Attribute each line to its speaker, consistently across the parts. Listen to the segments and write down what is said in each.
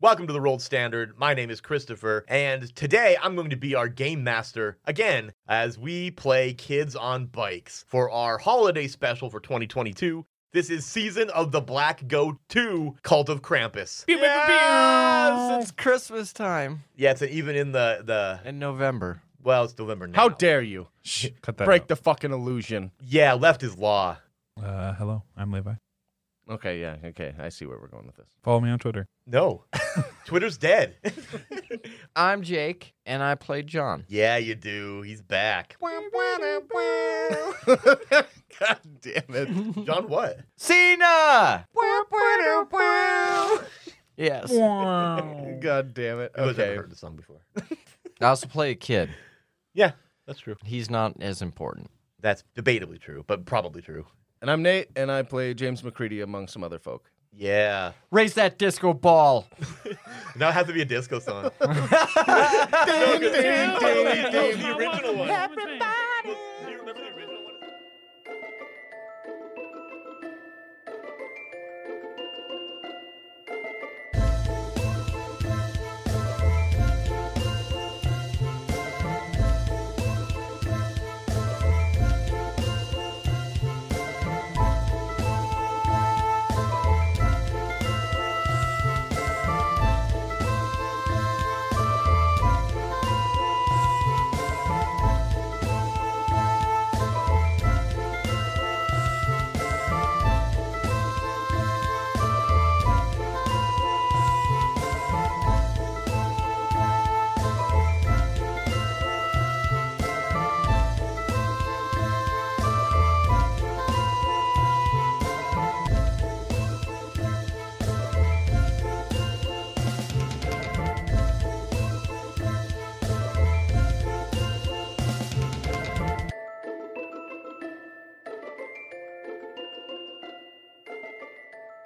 Speaker 1: Welcome to the Rolled Standard. My name is Christopher, and today I'm going to be our game master again as we play Kids on Bikes for our holiday special for 2022. This is Season of the Black Goat 2 Cult of Krampus.
Speaker 2: Pew, pew, pew, pew.
Speaker 3: Yes, it's Christmas time
Speaker 1: Yeah, it's even in the, the
Speaker 3: in November.
Speaker 1: well, it's November now.
Speaker 2: How dare you
Speaker 4: Shh, cut that.
Speaker 2: break
Speaker 4: out.
Speaker 2: the fucking illusion?
Speaker 1: Yeah, left is law.
Speaker 4: Uh, hello, I'm Levi.
Speaker 2: Okay, yeah, okay. I see where we're going with this.
Speaker 4: Follow me on Twitter.
Speaker 1: No. Twitter's dead.
Speaker 3: I'm Jake, and I play John.
Speaker 1: yeah, you do. He's back.
Speaker 2: God damn it.
Speaker 1: John, what?
Speaker 3: Cena. Yes,
Speaker 2: God damn it.
Speaker 1: Who has ever
Speaker 2: Okay.
Speaker 1: heard the song before?
Speaker 3: I also play a kid.
Speaker 1: yeah, that's true.
Speaker 3: He's not as important.
Speaker 1: That's debatably true, but probably true.
Speaker 2: And I'm Nate, and I play James McCready among some other folk.
Speaker 1: Yeah.
Speaker 3: Raise that disco ball.
Speaker 1: Now it has to be a disco song. the original one.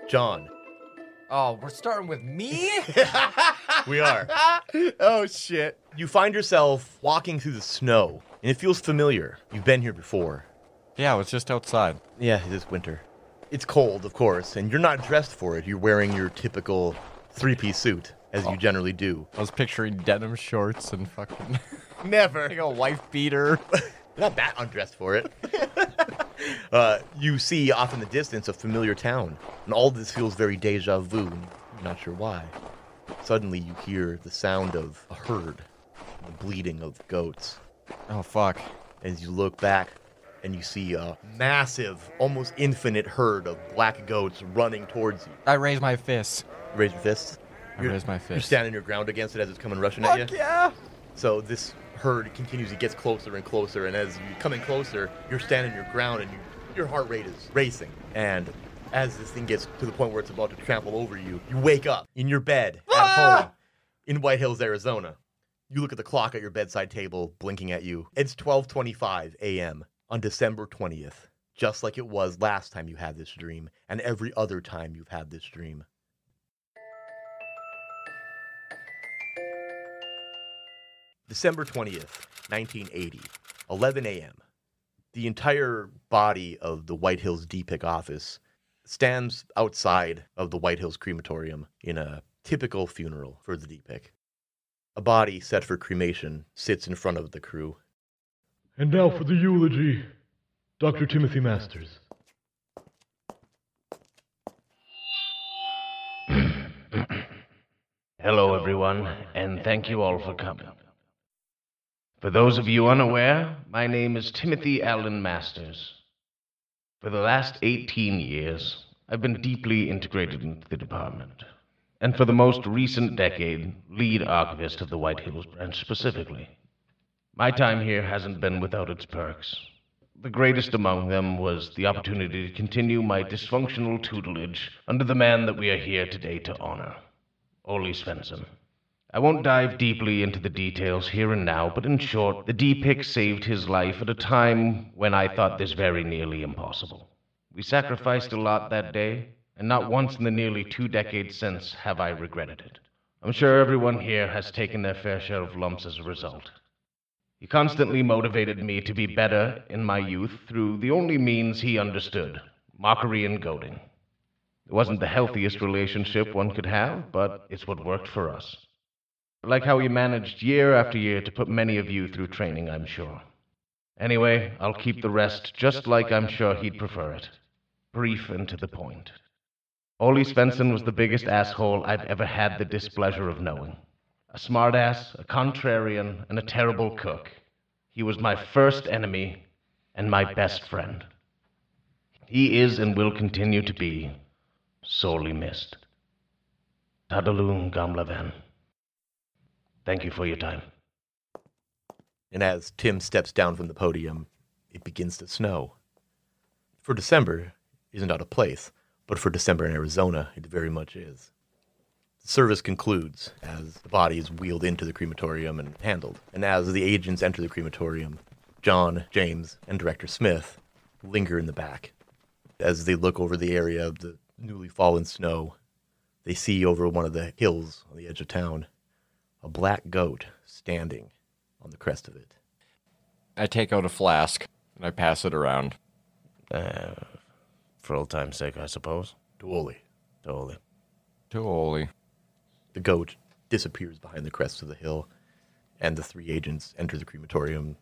Speaker 1: John.
Speaker 3: Oh, we're starting with me.
Speaker 1: We are.
Speaker 2: oh, shit.
Speaker 1: You find yourself walking through the snow, and it feels familiar. You've been here before.
Speaker 3: yeah, I was just outside.
Speaker 1: Yeah, it is winter. It's cold, of course, and you're not dressed for it. You're wearing your typical three piece suit, as you generally do.
Speaker 3: I was picturing denim shorts and fucking
Speaker 2: Never.
Speaker 3: like a wife beater.
Speaker 1: You're not that undressed for it. uh, you see off in the distance a familiar town, and all this feels very deja vu, and you're not sure why. Suddenly, you hear the sound of a herd, the bleating of goats.
Speaker 3: Oh fuck.
Speaker 1: As you look back, and you see a massive, almost infinite herd of black goats running towards you.
Speaker 3: I raise my fist.
Speaker 1: Raise your fists.
Speaker 3: I raise my
Speaker 1: You're
Speaker 3: fist.
Speaker 1: standing your ground against it as it's coming rushing at
Speaker 3: Fuck
Speaker 1: you.
Speaker 3: yeah.
Speaker 1: So this herd continues. It gets closer and closer, and as you're coming closer, you're standing your ground, and you, your heart rate is racing. And as this thing gets to the point where it's about to trample over you, you wake up in your bed at home in White Hills, Arizona. You look at the clock at your bedside table, blinking at you. It's 12:25 a.m. on December 20th, just like it was last time you had this dream, and every other time you've had this dream. December 20th, 1980, 11 a.m. The entire body of the White Hills DPIC office stands outside of the White Hills crematorium in a typical funeral for the DPIC. A body set for cremation sits in front of the crew.
Speaker 5: And now for the eulogy, Dr. Timothy Masters.
Speaker 6: Hello, everyone, and thank you all for coming. For those of you unaware, my name is Timothy Allen Masters. For the last 18 years, I've been deeply integrated into the department, and for the most recent decade, lead archivist of the White Hills branch specifically. My time here hasn't been without its perks. The greatest among them was the opportunity to continue my dysfunctional tutelage under the man that we are here today to honor. Ole Svensson. I won't dive deeply into the details here and now, but in short, the D-Pick saved his life at a time when I thought this very nearly impossible. We sacrificed a lot that day, and not once in the nearly two decades since have I regretted it. I'm sure everyone here has taken their fair share of lumps as a result. He constantly motivated me to be better in my youth through the only means he understood mockery and goading. It wasn't the healthiest relationship one could have, but it's what worked for us. Like how we managed year after year to put many of you through training, I'm sure. Anyway, I'll keep the rest just like I'm sure he'd prefer it brief and to the point. Ole Svensson was the biggest asshole I've ever had the displeasure of knowing. A smartass, a contrarian, and a terrible cook. He was my first enemy and my best friend. He is and will continue to be sorely missed. Tadaloom Gamlavan. Thank you for your time.
Speaker 1: And as Tim steps down from the podium, it begins to snow. For December, isn't out of place, but for December in Arizona, it very much is. The service concludes as the body is wheeled into the crematorium and handled. And as the agents enter the crematorium, John, James, and Director Smith linger in the back. As they look over the area of the newly fallen snow, they see over one of the hills on the edge of town a black goat standing on the crest of it.
Speaker 7: I take out a flask and I pass it around.
Speaker 3: Uh,
Speaker 6: For old time's sake, I suppose.
Speaker 1: Duoli.
Speaker 6: Totally.
Speaker 7: To Oli.
Speaker 1: The goat disappears behind the crest of the hill, and the three agents enter the crematorium.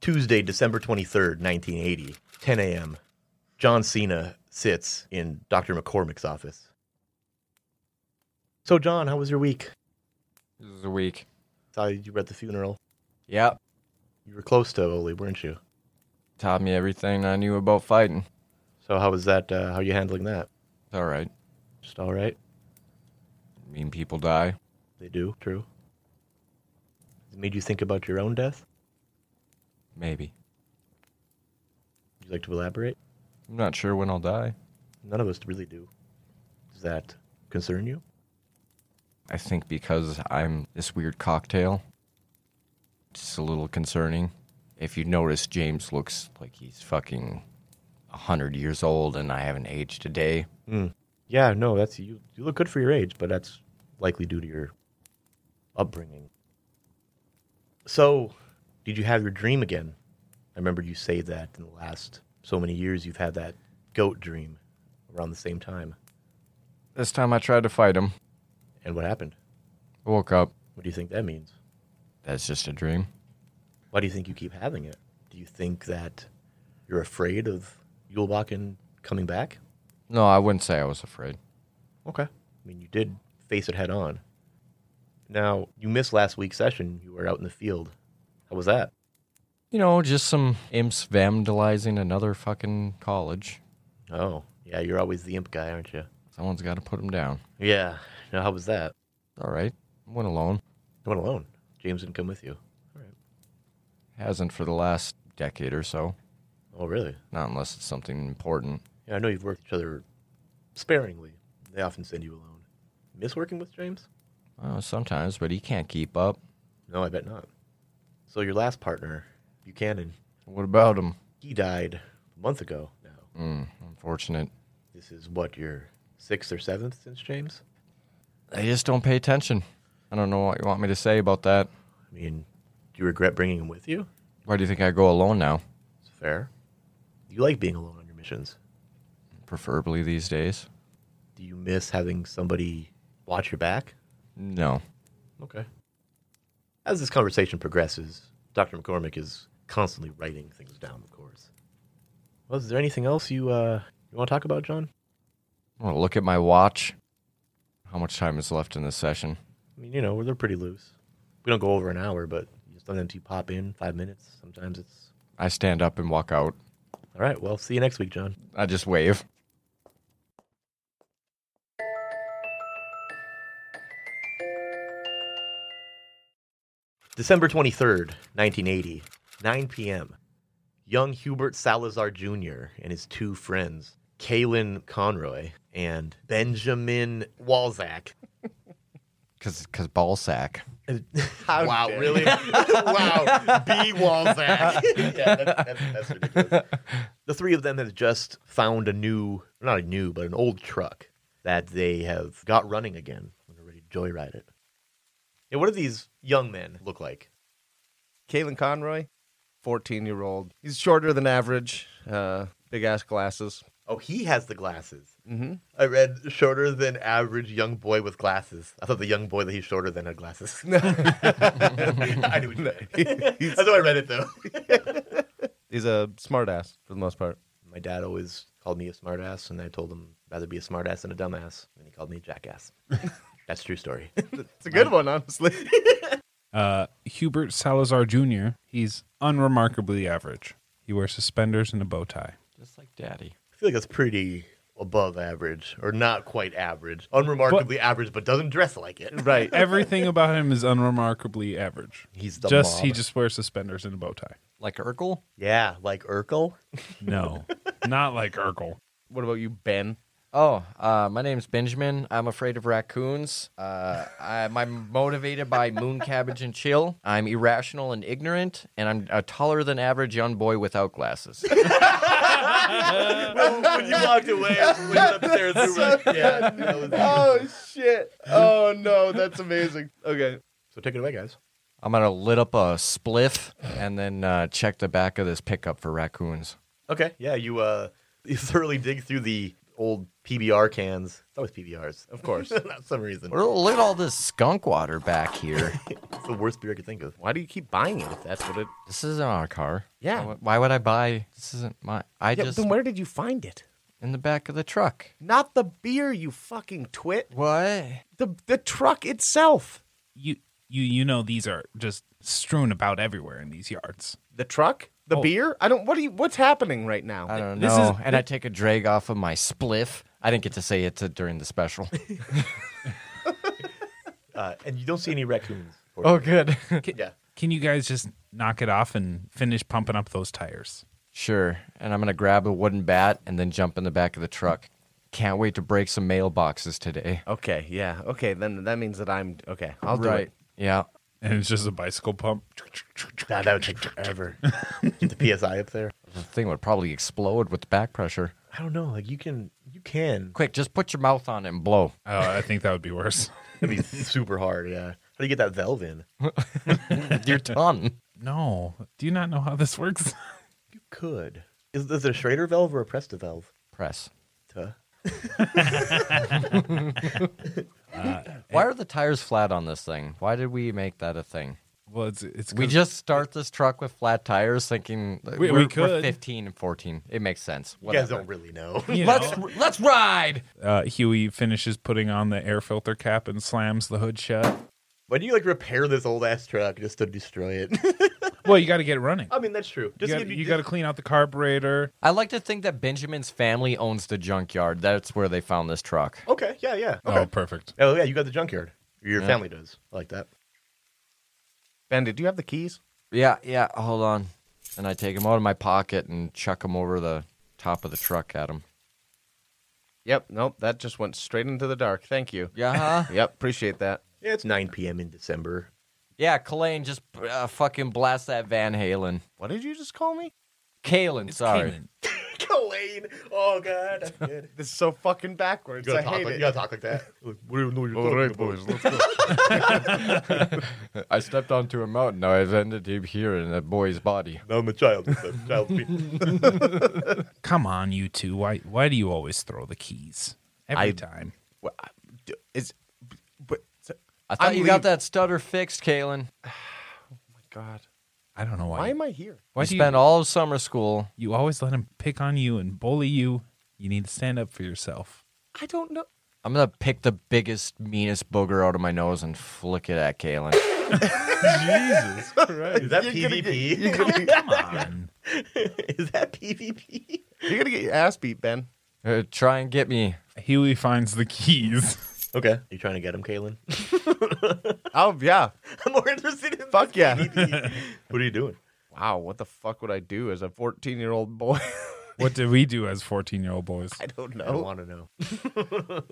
Speaker 1: Tuesday, December 23rd, 1980, 10 a.m. John Cena sits in Dr. McCormick's office. So, John, how was your week?
Speaker 7: This is a week.
Speaker 1: Saw you were at the funeral.
Speaker 7: Yep.
Speaker 1: You were close to Oli, weren't you?
Speaker 7: Taught me everything I knew about fighting.
Speaker 1: So, how was that? Uh, how are you handling that?
Speaker 7: It's all right.
Speaker 1: Just all right?
Speaker 7: Mean people die.
Speaker 1: They do, true. It made you think about your own death?
Speaker 7: Maybe.
Speaker 1: Would you like to elaborate?
Speaker 7: I'm not sure when I'll die.
Speaker 1: None of us really do. Does that concern you?
Speaker 7: I think because I'm this weird cocktail, it's a little concerning. If you notice, James looks like he's fucking 100 years old and I haven't aged a day.
Speaker 1: Yeah, no, that's you. You look good for your age, but that's likely due to your upbringing. So, did you have your dream again? I remember you say that in the last so many years you've had that goat dream around the same time.
Speaker 7: This time I tried to fight him.
Speaker 1: And what happened?
Speaker 7: I woke up.
Speaker 1: What do you think that means?
Speaker 7: That's just a dream.
Speaker 1: Why do you think you keep having it? Do you think that you're afraid of Yulbakken coming back?
Speaker 7: No, I wouldn't say I was afraid.
Speaker 1: Okay. I mean, you did face it head on. Now, you missed last week's session. You were out in the field. How was that?
Speaker 7: You know, just some imps vandalizing another fucking college.
Speaker 1: Oh, yeah, you're always the imp guy, aren't you?
Speaker 7: Someone's got to put him down.
Speaker 1: Yeah. Now, how was that?
Speaker 7: All right. Went alone.
Speaker 1: I went alone. James didn't come with you.
Speaker 7: Hasn't for the last decade or so.
Speaker 1: Oh, really?
Speaker 7: Not unless it's something important.
Speaker 1: Yeah, I know you've worked with each other sparingly. They often send you alone. Miss working with James?
Speaker 7: Well, sometimes, but he can't keep up.
Speaker 1: No, I bet not. So, your last partner, Buchanan,
Speaker 7: What about him?
Speaker 1: he died a month ago now.
Speaker 7: Mm, unfortunate.
Speaker 1: This is what, your sixth or seventh since James?
Speaker 7: They just don't pay attention. I don't know what you want me to say about that.
Speaker 1: I mean, do you regret bringing him with you?
Speaker 7: Why do you think I go alone now?
Speaker 1: It's fair. You like being alone on your missions.
Speaker 7: Preferably these days.
Speaker 1: Do you miss having somebody watch your back?
Speaker 7: No.
Speaker 1: Okay. As this conversation progresses, Dr. McCormick is constantly writing things down, of course. Well, is there anything else you uh, you want to talk about, John?
Speaker 7: I want to look at my watch. How much time is left in this session?
Speaker 1: I mean, you know, they're pretty loose. We don't go over an hour, but sometimes you pop in five minutes. Sometimes it's
Speaker 7: I stand up and walk out.
Speaker 1: all right. Well, see you next week, John.
Speaker 7: I just wave.
Speaker 1: December 23rd, 1980, 9 p.m. Young Hubert Salazar Jr. and his two friends, Kalen Conroy and Benjamin Walzak.
Speaker 7: Cause, cause ball sack.
Speaker 1: wow, really? wow, B Walzak. yeah, that, that, that's ridiculous. The three of them have just found a new, not a new, but an old truck that they have got running again. When they're ready to joyride it. Yeah, what do these young men look like?
Speaker 2: Kalen Conroy, 14 year old. He's shorter than average, uh, big ass glasses.
Speaker 1: Oh, he has the glasses.
Speaker 2: Mm-hmm.
Speaker 1: I read shorter than average young boy with glasses. I thought the young boy that he's shorter than had glasses. I knew what you meant. That's how I read it though.
Speaker 2: He's a smart ass for the most part.
Speaker 1: My dad always called me a smartass, and I told him I'd rather be a smartass than a dumbass, and he called me a jackass. That's a true story.
Speaker 2: It's a good one, honestly.
Speaker 4: Uh, Hubert Salazar Jr. He's unremarkably average. He wears suspenders and a bow tie.
Speaker 7: Just like daddy.
Speaker 1: I feel like that's pretty above average, or not quite average, unremarkably average, but doesn't dress like it.
Speaker 2: right.
Speaker 4: Everything about him is unremarkably average.
Speaker 1: He's the
Speaker 4: just
Speaker 1: mob.
Speaker 4: he just wears suspenders and a bow tie.
Speaker 7: Like Urkel?
Speaker 1: Yeah, like Urkel.
Speaker 4: No, not like Urkel.
Speaker 2: What about you, Ben?
Speaker 7: Oh, uh, my name's Benjamin. I'm afraid of raccoons.
Speaker 2: Uh,
Speaker 7: I'm, I'm motivated by moon cabbage and chill. I'm irrational and ignorant, and I'm a taller than average young boy without glasses.
Speaker 1: when you walked away, when you left there, yeah, that was-
Speaker 2: oh, shit. Oh, no. That's amazing. Okay.
Speaker 1: So take it away, guys.
Speaker 7: I'm gonna lit up a spliff and then uh, check the back of this pickup for raccoons.
Speaker 1: Okay. Yeah, you uh you thoroughly dig through the old PBR cans. That was PBRs, of course. Not some reason.
Speaker 7: Well, Look at all this skunk water back here.
Speaker 1: It's the worst beer I could think of.
Speaker 3: Why do you keep buying it if that's what it?
Speaker 7: this isn't our car.
Speaker 3: Yeah.
Speaker 7: Why, why would I buy? This isn't my. I
Speaker 3: Yeah,
Speaker 7: just
Speaker 3: then where did you find it?
Speaker 7: in the back of the truck.
Speaker 3: Not the beer, you fucking twit.
Speaker 7: What?
Speaker 3: The the truck itself.
Speaker 4: You you you know these are just strewn about everywhere in these yards.
Speaker 3: The truck. The
Speaker 6: Oh.
Speaker 3: beer. I don't. What are you? What's happening right now?
Speaker 7: I don't
Speaker 4: this is-
Speaker 7: know. and I take a drag off of my spliff. I didn't get to say it to, during the special.
Speaker 1: Uh, and you don't see any raccoons.
Speaker 7: oh, good.
Speaker 1: Yeah.
Speaker 4: Can you guys just knock it off and finish pumping up those tires?
Speaker 7: sure. And I'm gonna grab a wooden bat and then jump in the back of the truck. Can't wait to break some mailboxes today.
Speaker 3: Okay. Yeah. Okay. Then that means that I'm okay. I'll do it.
Speaker 7: Yeah.
Speaker 4: And it's just a bicycle pump.
Speaker 1: Nah, that would take forever. Get the PSI up there.
Speaker 7: The thing would probably explode with the back pressure.
Speaker 1: I don't know. Like you can, you can.
Speaker 7: Quick, just put your mouth on it and blow.
Speaker 4: Oh, I think that would be worse.
Speaker 1: That'd be super hard. Yeah. How do you get that valve in?
Speaker 7: Your tongue.
Speaker 4: No, do you not know how this works?
Speaker 1: You could. Is, is it a Schrader valve or a Presta valve?
Speaker 7: Press.
Speaker 1: Tuh.
Speaker 7: Why are the tires flat on this thing? Why did we make that a thing?
Speaker 4: Well, it's it's
Speaker 7: We
Speaker 4: 'cause-
Speaker 7: just start this truck with flat tires, thinking that
Speaker 4: We- we
Speaker 7: we're, we're
Speaker 4: could.
Speaker 7: 15 and 14. It makes sense.
Speaker 1: You guys
Speaker 7: Whatever.
Speaker 1: don't really know.
Speaker 4: you
Speaker 7: Let's
Speaker 4: know,
Speaker 7: let's ride.
Speaker 4: uh, Huey finishes putting on the air filter cap and slams the hood shut.
Speaker 1: Why do you like repair this old ass truck just to destroy it?
Speaker 4: Well, you got to get it running.
Speaker 1: I mean, that's true.
Speaker 4: You
Speaker 1: Uh, Just
Speaker 4: gotta-
Speaker 1: give
Speaker 4: you got to clean out the carburetor.
Speaker 7: I like to think that Benjamin's family owns the junkyard. That's where they found this truck.
Speaker 1: Okay. Yeah. Yeah. Okay.
Speaker 4: Oh, perfect.
Speaker 1: Oh yeah, you got the junkyard. Your family does. I like that.
Speaker 3: Ben, did you have the keys?
Speaker 7: Yeah, yeah, hold on. And I take him out of my pocket and chuck him over the top of the truck at him.
Speaker 3: Yep. Nope. That just went straight into the dark. Thank you.
Speaker 7: Yeah, huh?
Speaker 3: Yep. Appreciate that.
Speaker 1: Yeah, it's 9 p.m. in December.
Speaker 7: yeah, Kalen, just uh, fucking blast that Van Halen.
Speaker 3: What did you just call me?
Speaker 7: Kalen, sorry.
Speaker 1: Colleen, oh god, that's good.
Speaker 3: This is so fucking backwards.
Speaker 1: You gotta, talk like, you gotta talk like that. we don't know what you're
Speaker 7: let's go. I stepped onto a mountain. Now I've ended up here in a boy's body.
Speaker 1: No, I'm a child. I'm a child.
Speaker 4: Come on, you two. Why why do you always throw the keys every
Speaker 3: I-
Speaker 4: time?
Speaker 3: Is, but
Speaker 7: I thought
Speaker 3: I'm
Speaker 7: you got
Speaker 3: leave-
Speaker 7: that stutter fixed, Kalen.
Speaker 3: God,
Speaker 4: I don't know why.
Speaker 3: why am I here?
Speaker 4: why
Speaker 7: you
Speaker 4: do
Speaker 7: spent all of summer school.
Speaker 4: you, you always let him pick on you and bully you? You need to stand up for yourself.
Speaker 3: I don't know.
Speaker 7: I'm gonna pick the biggest, meanest booger out of my nose and flick it at Kalen.
Speaker 4: Jesus Christ!
Speaker 1: Is that PvP?
Speaker 4: Come on.
Speaker 1: Is that PvP?
Speaker 3: You're gonna get your ass beat, Ben.
Speaker 7: Uh, try and get me.
Speaker 4: Huey finds the keys.
Speaker 1: Okay. You trying to get him, Kalen?
Speaker 3: Oh yeah.
Speaker 1: I'm more interested in
Speaker 3: Fuck yeah.
Speaker 1: PvP. what are you doing?
Speaker 3: wow. What the fuck would I do as a 14 year old boy?
Speaker 4: What did we do as 14 year old boys?
Speaker 3: I don't
Speaker 1: I don't
Speaker 3: know.
Speaker 1: want to know.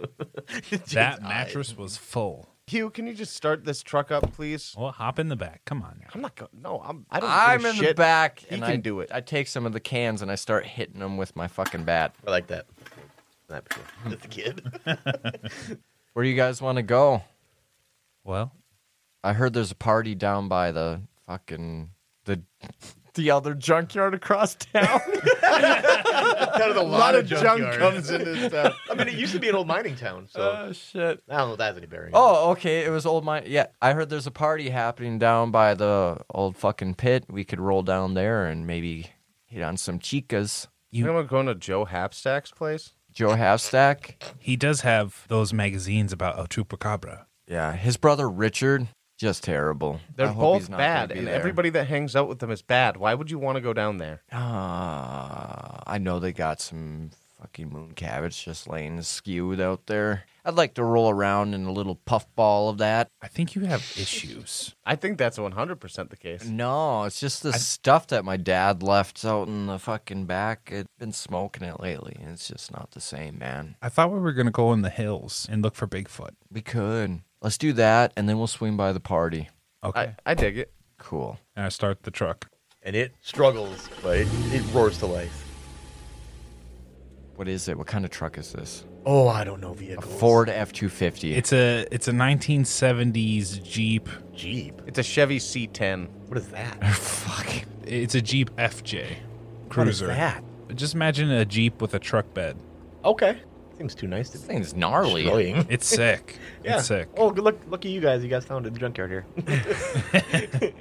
Speaker 4: That mattress was full.
Speaker 3: Hugh, can you just start this truck up, please?
Speaker 4: Well, hop in the back. Come on.
Speaker 3: I'm not going. No, I'm. I don't.
Speaker 7: I'm
Speaker 3: give a
Speaker 7: in the
Speaker 3: shit.
Speaker 7: back.
Speaker 3: He
Speaker 7: and
Speaker 3: can
Speaker 7: I,
Speaker 3: do it.
Speaker 7: I take some of the cans and I start hitting them with my fucking bat.
Speaker 1: I like that. Not before. Just a kid.
Speaker 7: Where do you guys want to go?
Speaker 4: Well,
Speaker 7: I heard there's a party down by the fucking the the other junkyard across town.
Speaker 1: Out of the
Speaker 7: a lot of junk
Speaker 1: junkyard.
Speaker 7: comes in this town.
Speaker 1: I mean, it used to be an old mining town, so
Speaker 7: oh shit.
Speaker 1: I don't know if that's any bearing.
Speaker 7: Oh, okay. It was old mine. Yeah, I heard there's a party happening down by the old fucking pit. We could roll down there and maybe hit on some chicas.
Speaker 2: You know, going to Joe Hapstack's place.
Speaker 7: Joe Halfstack.
Speaker 4: He does have those magazines about El Chupacabra.
Speaker 7: Yeah, his brother Richard, just terrible. I
Speaker 2: They're
Speaker 7: hope
Speaker 2: both
Speaker 7: he's not gonna
Speaker 2: bad,
Speaker 7: be
Speaker 2: and
Speaker 7: there.
Speaker 2: everybody that hangs out with them is bad. Why would you want to go down there?
Speaker 7: Ah, I know they got some fucking moon cabbage just laying skewed out there. I'd like to roll around in a little puffball of that.
Speaker 4: I think you have issues.
Speaker 2: I think that's 100% the case.
Speaker 7: No, it's just the stuff that my dad left out in the fucking back. I've been smoking it lately, and it's just not the same, man.
Speaker 4: I thought we were going to go in the hills and look for Bigfoot.
Speaker 7: We could. Let's do that, and then we'll swing by the party.
Speaker 4: Okay.
Speaker 2: I, I dig it.
Speaker 7: Cool.
Speaker 4: and I start the truck.
Speaker 1: and it struggles, but it, it roars to life.
Speaker 7: What is it? What kind of truck is this?
Speaker 1: Oh, I don't know
Speaker 7: A
Speaker 1: vehicles.
Speaker 7: Ford F two fifty.
Speaker 4: It's a it's a 1970s Jeep.
Speaker 1: Jeep.
Speaker 2: It's a Chevy C10.
Speaker 1: What is that?
Speaker 7: Fuck.
Speaker 4: It's a Jeep FJ cruiser.
Speaker 1: What is that?
Speaker 4: Just imagine a Jeep with a truck bed.
Speaker 1: Okay. Seems too nice to
Speaker 7: This
Speaker 1: be
Speaker 7: thing's gnarly.
Speaker 1: destroying.
Speaker 4: It's sick.
Speaker 1: Yeah.
Speaker 4: It's sick.
Speaker 1: Oh, good luck! Lucky you guys. You guys found a junkyard here,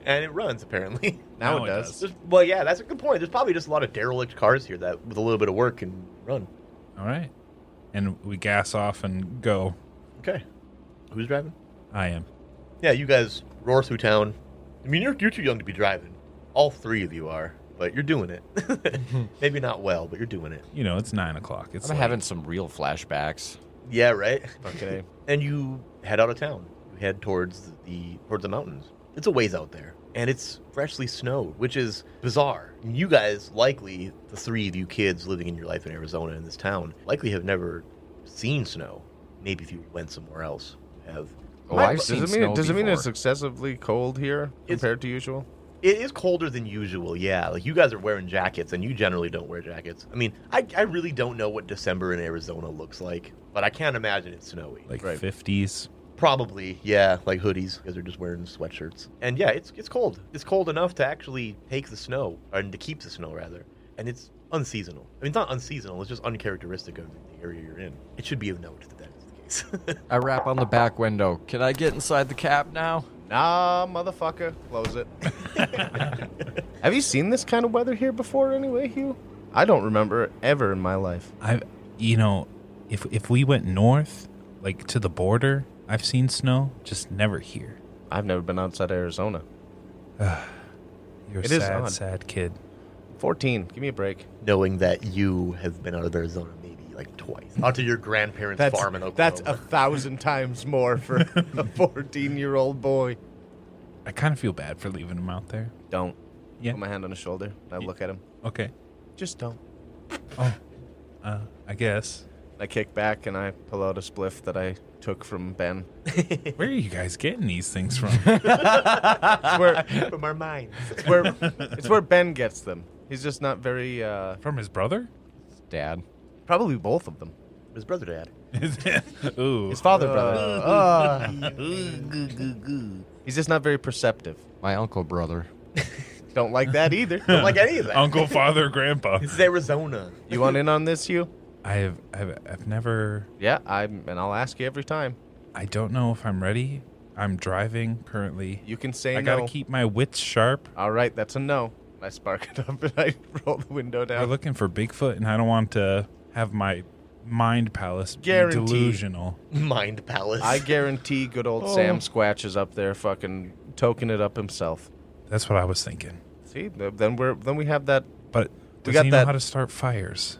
Speaker 1: and it runs apparently.
Speaker 2: Now,
Speaker 4: Now
Speaker 2: it
Speaker 4: it
Speaker 2: does.
Speaker 1: There's- well, yeah, that's a good point. There's probably just a lot of derelict cars here that, with a little bit of work, can run.
Speaker 4: All right. And we gas off and go.
Speaker 1: Okay. Who's driving?
Speaker 4: I am.
Speaker 1: Yeah, you guys roar through town. I mean, you're, you're too young to be driving. All three of you are, but you're doing it. Maybe not well, but you're doing it.
Speaker 4: You know, it's nine o'clock. It's
Speaker 7: I'm
Speaker 4: late.
Speaker 7: having some real flashbacks.
Speaker 1: Yeah, right.
Speaker 2: Okay.
Speaker 1: And you head out of town. You head towards the towards the mountains. It's a ways out there, and it's freshly snowed, which is bizarre. You guys, likely the three of you kids living in your life in Arizona in this town, likely have never seen snow. Maybe if you went somewhere else, you have.
Speaker 7: Oh,
Speaker 1: My-
Speaker 7: I've
Speaker 2: Does
Speaker 7: seen
Speaker 2: it mean
Speaker 7: snow
Speaker 2: does it mean it's
Speaker 7: before.
Speaker 2: excessively cold here
Speaker 1: It's-
Speaker 2: compared to usual?
Speaker 1: It is colder than usual, yeah. Like you guys are wearing jackets, and you generally don't wear jackets. I mean, I, I really don't know what December in Arizona looks like, but I can't imagine it's snowy.
Speaker 4: like
Speaker 2: Right.
Speaker 4: 50s.
Speaker 1: Probably, yeah, like hoodies because they're just wearing sweatshirts. And yeah, it's it's cold. It's cold enough to actually take the snow, and to keep the snow rather. And it's unseasonal. I mean, it's not unseasonal. It's just uncharacteristic of the area you're in. It should be of note that that is the case.
Speaker 7: I rap on the back window. Can I get inside the cab now?
Speaker 2: Nah, motherfucker, close it. Have you seen this kind of weather here before anyway, Hugh? I don't remember it ever in my life.
Speaker 4: I you know, if if we went north, like to the border, I've seen snow, just never here.
Speaker 2: I've never been outside Arizona.
Speaker 4: You're a
Speaker 2: It is
Speaker 4: sad,
Speaker 2: odd.
Speaker 4: sad kid.
Speaker 2: 14, give me a break.
Speaker 1: Knowing that you have been out of Arizona maybe like twice, out to your grandparents' farm in Oklahoma.
Speaker 2: that's a thousand times more for a 14 year old boy.
Speaker 4: I kind of feel bad for leaving him out there.
Speaker 2: Don't.
Speaker 4: Yeah.
Speaker 2: Put my hand on his shoulder and I look at him.
Speaker 4: Okay.
Speaker 2: Just don't.
Speaker 4: Uh, I guess.
Speaker 2: I kick back and I pull out a spliff that I took from Ben.
Speaker 4: Where are you guys getting these things from?
Speaker 2: It's where,
Speaker 1: from our minds.
Speaker 2: it's where, it's where Ben gets them. He's just not very, uh,
Speaker 4: from his brother?
Speaker 7: Dad.
Speaker 2: probably both of them.
Speaker 1: His brother dad.
Speaker 4: Ooh.
Speaker 2: His father, brother.
Speaker 4: Uh.
Speaker 2: Uh. He's just not very perceptive.
Speaker 7: My uncle brother.
Speaker 2: Don't like that either.
Speaker 1: Don't like any of that.
Speaker 4: Uncle, father, grandpa.
Speaker 1: This is Arizona.
Speaker 2: you want in on this, Hugh?
Speaker 4: I have, I've, I've never.
Speaker 2: Yeah, I'm, and I'll ask you every time.
Speaker 4: I don't know if I'm ready. I'm driving currently.
Speaker 2: You can say
Speaker 4: I
Speaker 2: no.
Speaker 4: gotta keep my wits sharp.
Speaker 2: All right, that's a no. I spark it up and I roll the window
Speaker 4: We're
Speaker 2: down.
Speaker 4: looking for Bigfoot, and I don't want to have my mind palace be
Speaker 2: Guaranteed.
Speaker 4: delusional.
Speaker 1: Mind palace.
Speaker 2: I guarantee good old
Speaker 4: Oh.
Speaker 2: Sam Squatch is up there fucking toking it up himself.
Speaker 4: That's what I was thinking.
Speaker 2: See, th- then we're then we have that.
Speaker 4: But does
Speaker 2: got
Speaker 4: he know
Speaker 2: that-
Speaker 4: how to start fires?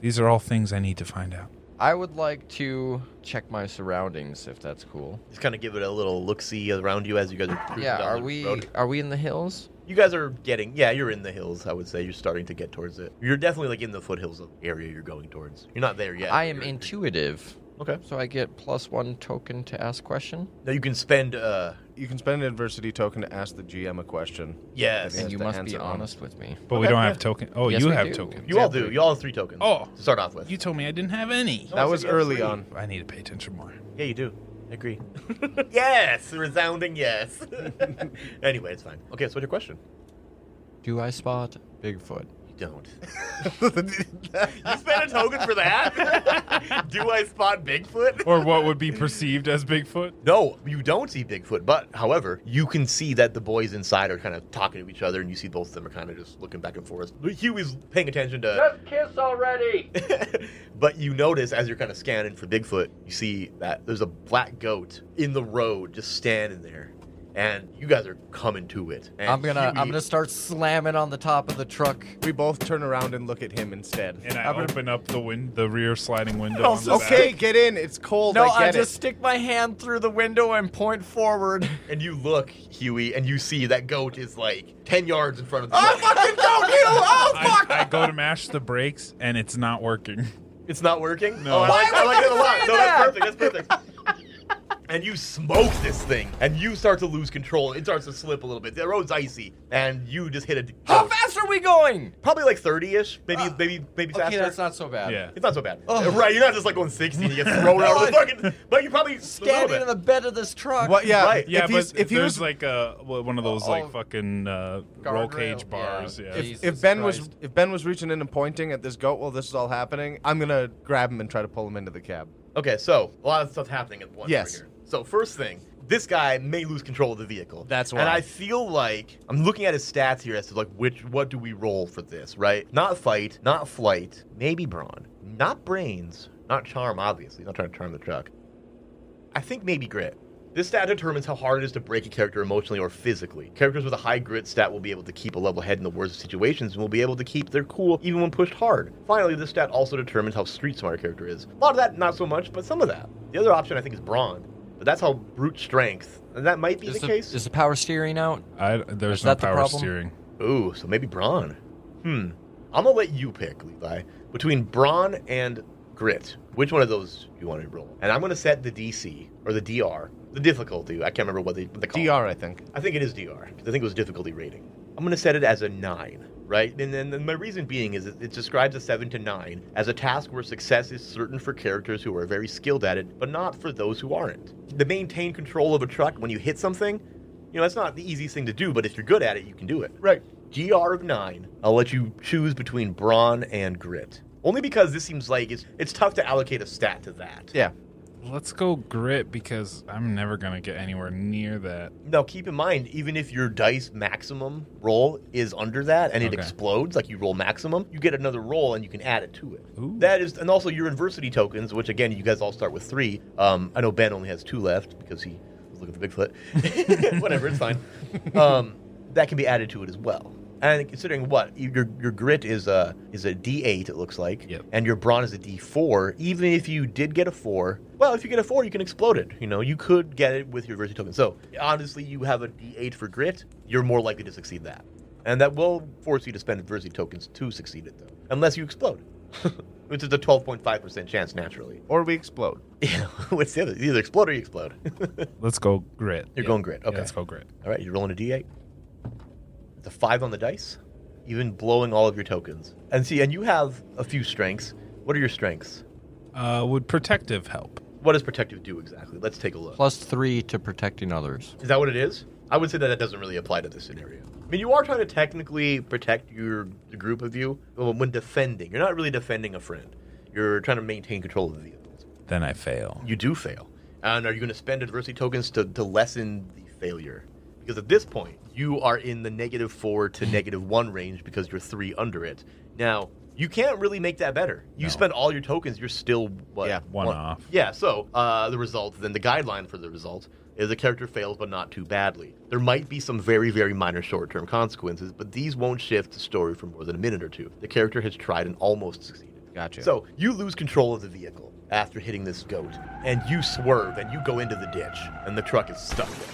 Speaker 4: These are all things I need to find out.
Speaker 7: I would like to check my surroundings if that's cool.
Speaker 1: Just kind of give it a little look see around you as you guys are cruising
Speaker 3: Yeah,
Speaker 1: down
Speaker 3: are
Speaker 1: the
Speaker 3: we
Speaker 1: road.
Speaker 3: are we in the hills?
Speaker 1: You guys are getting, yeah, you're in the hills. I would say you're starting to get towards it. You're definitely like in the foothills of the area you're going towards. You're not there yet.
Speaker 3: I am
Speaker 1: You're-
Speaker 3: intuitive,
Speaker 1: Okay.
Speaker 3: so I get plus one token to ask question.
Speaker 1: Now you can spend. uh
Speaker 2: You can spend an adversity token to ask the GM a question.
Speaker 1: Yes.
Speaker 2: Yes,
Speaker 3: and you
Speaker 2: the
Speaker 3: must
Speaker 2: hands
Speaker 3: be
Speaker 2: are on.
Speaker 3: honest with me.
Speaker 4: But we
Speaker 1: Okay,
Speaker 4: don't
Speaker 1: yeah.
Speaker 4: have token. Oh,
Speaker 3: Yes,
Speaker 4: you
Speaker 3: we
Speaker 4: have
Speaker 3: do.
Speaker 4: tokens.
Speaker 1: You all do. You all have three tokens.
Speaker 4: Oh.
Speaker 1: To start off with.
Speaker 4: You told me I didn't have any.
Speaker 1: No,
Speaker 2: that
Speaker 1: Oh, so
Speaker 2: was
Speaker 1: you have
Speaker 2: early
Speaker 1: three.
Speaker 2: on.
Speaker 4: I need to pay attention more.
Speaker 1: Yeah, you do. I agree. yes. Resounding yes. anyway, it's fine. Okay, so what's your question?
Speaker 7: Do I spot Bigfoot?
Speaker 1: You don't. you spent a token for that? Do I spot Bigfoot?
Speaker 4: or what would be perceived as Bigfoot.
Speaker 1: No, you don't see Bigfoot, but however, you can see that the boys inside are kind of talking to each other, and you see both of them are kind of just looking back and forth. Hugh is paying attention to
Speaker 6: kiss already.
Speaker 1: but you notice as you're kind of scanning for Bigfoot, you see that there's a black goat in the road just standing there. And you guys are coming to it. And
Speaker 3: I'm gonna I'm
Speaker 1: Huey-
Speaker 3: gonna start slamming on the top of the truck.
Speaker 2: We both turn around and look at him instead.
Speaker 4: And I
Speaker 3: How about-
Speaker 4: open up the wind, the rear sliding
Speaker 1: Oh,
Speaker 4: window.
Speaker 3: Also
Speaker 4: on the
Speaker 2: Okay,
Speaker 4: back.
Speaker 2: get in. It's cold.
Speaker 3: No,
Speaker 2: I
Speaker 3: I
Speaker 2: get
Speaker 3: just stick my hand through the window and point forward.
Speaker 1: And you look, Huey, and you see that goat is like 10 yards in
Speaker 3: Oh
Speaker 1: front of the
Speaker 2: it.
Speaker 1: truck.
Speaker 2: fucking don't you! Oh
Speaker 4: I, I go to mash the brakes and it's not working.
Speaker 1: It's not working?
Speaker 4: No.
Speaker 1: Oh, I like, I like it a lot. No,
Speaker 3: that?
Speaker 1: that's perfect. That's perfect. and you smoke this thing, and you start to lose control. It starts to slip a little bit. The road's icy, and you just hit a.
Speaker 3: How
Speaker 1: goat.
Speaker 3: fast are we going?
Speaker 1: Probably like 30 ish, maybe, maybe, maybe faster.
Speaker 3: Okay, that's not Oh. so bad.
Speaker 4: Yeah.
Speaker 1: It's not so bad. Right, you're not just like going 60 and you get thrown out of the fucking. But you probably a
Speaker 3: Standing
Speaker 1: little
Speaker 3: in
Speaker 1: bit.
Speaker 3: the bed of this truck.
Speaker 2: What? Yeah.
Speaker 1: Right.
Speaker 4: Yeah,
Speaker 2: if
Speaker 4: but
Speaker 2: he's, if he
Speaker 4: there's
Speaker 2: was
Speaker 4: like a one of those
Speaker 3: Oh,
Speaker 4: like fucking uh, roll cage
Speaker 3: guardrail.
Speaker 4: bars. Yeah.
Speaker 3: Yeah.
Speaker 4: If-
Speaker 3: Jeez.
Speaker 2: if
Speaker 3: Jesus
Speaker 2: Ben was
Speaker 3: Christ.
Speaker 2: if Ben was reaching in and pointing at this goat while this is all happening, I'm gonna grab him and try to pull him into the cab.
Speaker 1: Okay, so a lot of stuff happening at once.
Speaker 2: Yes.
Speaker 1: Over here. So first thing, this guy may lose control of the vehicle.
Speaker 2: That's
Speaker 1: And
Speaker 2: why.
Speaker 1: I feel like I'm looking at his stats here as to like which what do we roll for this, right? Not fight, not flight, maybe brawn, not brains, not charm. Obviously, not trying to charm the truck. I think maybe grit. This stat determines how hard it is to break a character emotionally or physically. Characters with a high grit stat will be able to keep a level head in the worst of situations and will be able to keep their cool even when pushed hard. Finally, this stat also determines how street smart a character is. A lot of that, not so much, but some of that. The other option I think is brawn, but that's how brute strength. And that might be
Speaker 7: Is
Speaker 1: the
Speaker 7: the,
Speaker 1: case.
Speaker 7: is the power steering out?
Speaker 4: I, there's
Speaker 7: Is
Speaker 4: no
Speaker 7: that the
Speaker 4: power
Speaker 7: problem?
Speaker 4: steering.
Speaker 1: Ooh, so maybe brawn. Hmm. I'm gonna let you pick, Levi, between brawn and grit. Which one of those you want to roll? And I'm gonna set the DC or the DR, the difficulty. I can't remember what they what they call it.
Speaker 2: Dr. I think.
Speaker 1: I think it is DR. 'cause I think it was difficulty rating. I'm going to set it as a 9, right? And then and my reason being is it, it describes a 7 to 9 as a task where success is certain for characters who are very skilled at it, but not for those who aren't. To maintain control of a truck when you hit something, you know, that's not the easiest thing to do, but if you're good at it, you can do it.
Speaker 2: Right.
Speaker 1: GR of 9, I'll let you choose between brawn and grit. Only because this seems like it's, it's tough to allocate a stat to that.
Speaker 2: Yeah.
Speaker 4: Let's go grit because I'm never gonna get anywhere near that.
Speaker 1: Now, keep in mind, even if your dice maximum roll is under that and it
Speaker 4: Okay.
Speaker 1: explodes, like you roll maximum, you get another roll and you can add it to it.
Speaker 4: Ooh.
Speaker 1: That is, and also your adversity tokens, which again, you guys all start with three. Um, I know Ben only has two left because he was looking for Bigfoot. Whatever, it's fine. Um, that can be added to it as well. And considering what your your grit is a is a D eight, it looks like,
Speaker 4: Yep.
Speaker 1: and your brawn is a D four. Even if you did get a four, well, if you get a four, you can explode it. You know, you could get it with your adversity token. So honestly, you have a D eight for grit. You're more likely to succeed that, and that will force you to spend adversity tokens to succeed it, though, unless you explode, which is a twelve point five percent chance naturally.
Speaker 2: Or we explode.
Speaker 1: You know, what's the other? You either explode or you explode. You're
Speaker 4: Let's go grit.
Speaker 1: going grit. Okay.
Speaker 4: let's go grit.
Speaker 1: All right, you're rolling a d8. The five on the dice, even blowing all of your tokens. And see, and you have a few strengths. What are your strengths?
Speaker 4: Uh, would protective help?
Speaker 1: What does protective do exactly? Let's take a look.
Speaker 7: Plus three to protecting others.
Speaker 1: Is that what it is? I would say that that doesn't really apply to this scenario. I mean, you are trying to technically protect your the group of you well, when defending. You're not really defending a friend. You're trying to maintain control of the vehicles.
Speaker 4: Then I fail.
Speaker 1: You do fail. And are you going to spend adversity tokens to, to lessen the failure? Because at this point, you are in the negative four to negative one range because you're three under it. Now, you can't really make that better. You
Speaker 4: No.
Speaker 1: spend all your tokens, you're still what?
Speaker 2: Yeah,
Speaker 4: one off.
Speaker 1: Yeah, so uh, the result, then the guideline for the result is the character fails but not too badly. There might be some very, very minor short term consequences, but these won't shift the story for more than a minute or two. The character has tried and almost succeeded.
Speaker 2: Gotcha.
Speaker 1: So you lose control of the vehicle after hitting this goat, and you swerve and you go into the ditch, and the truck is stuck there.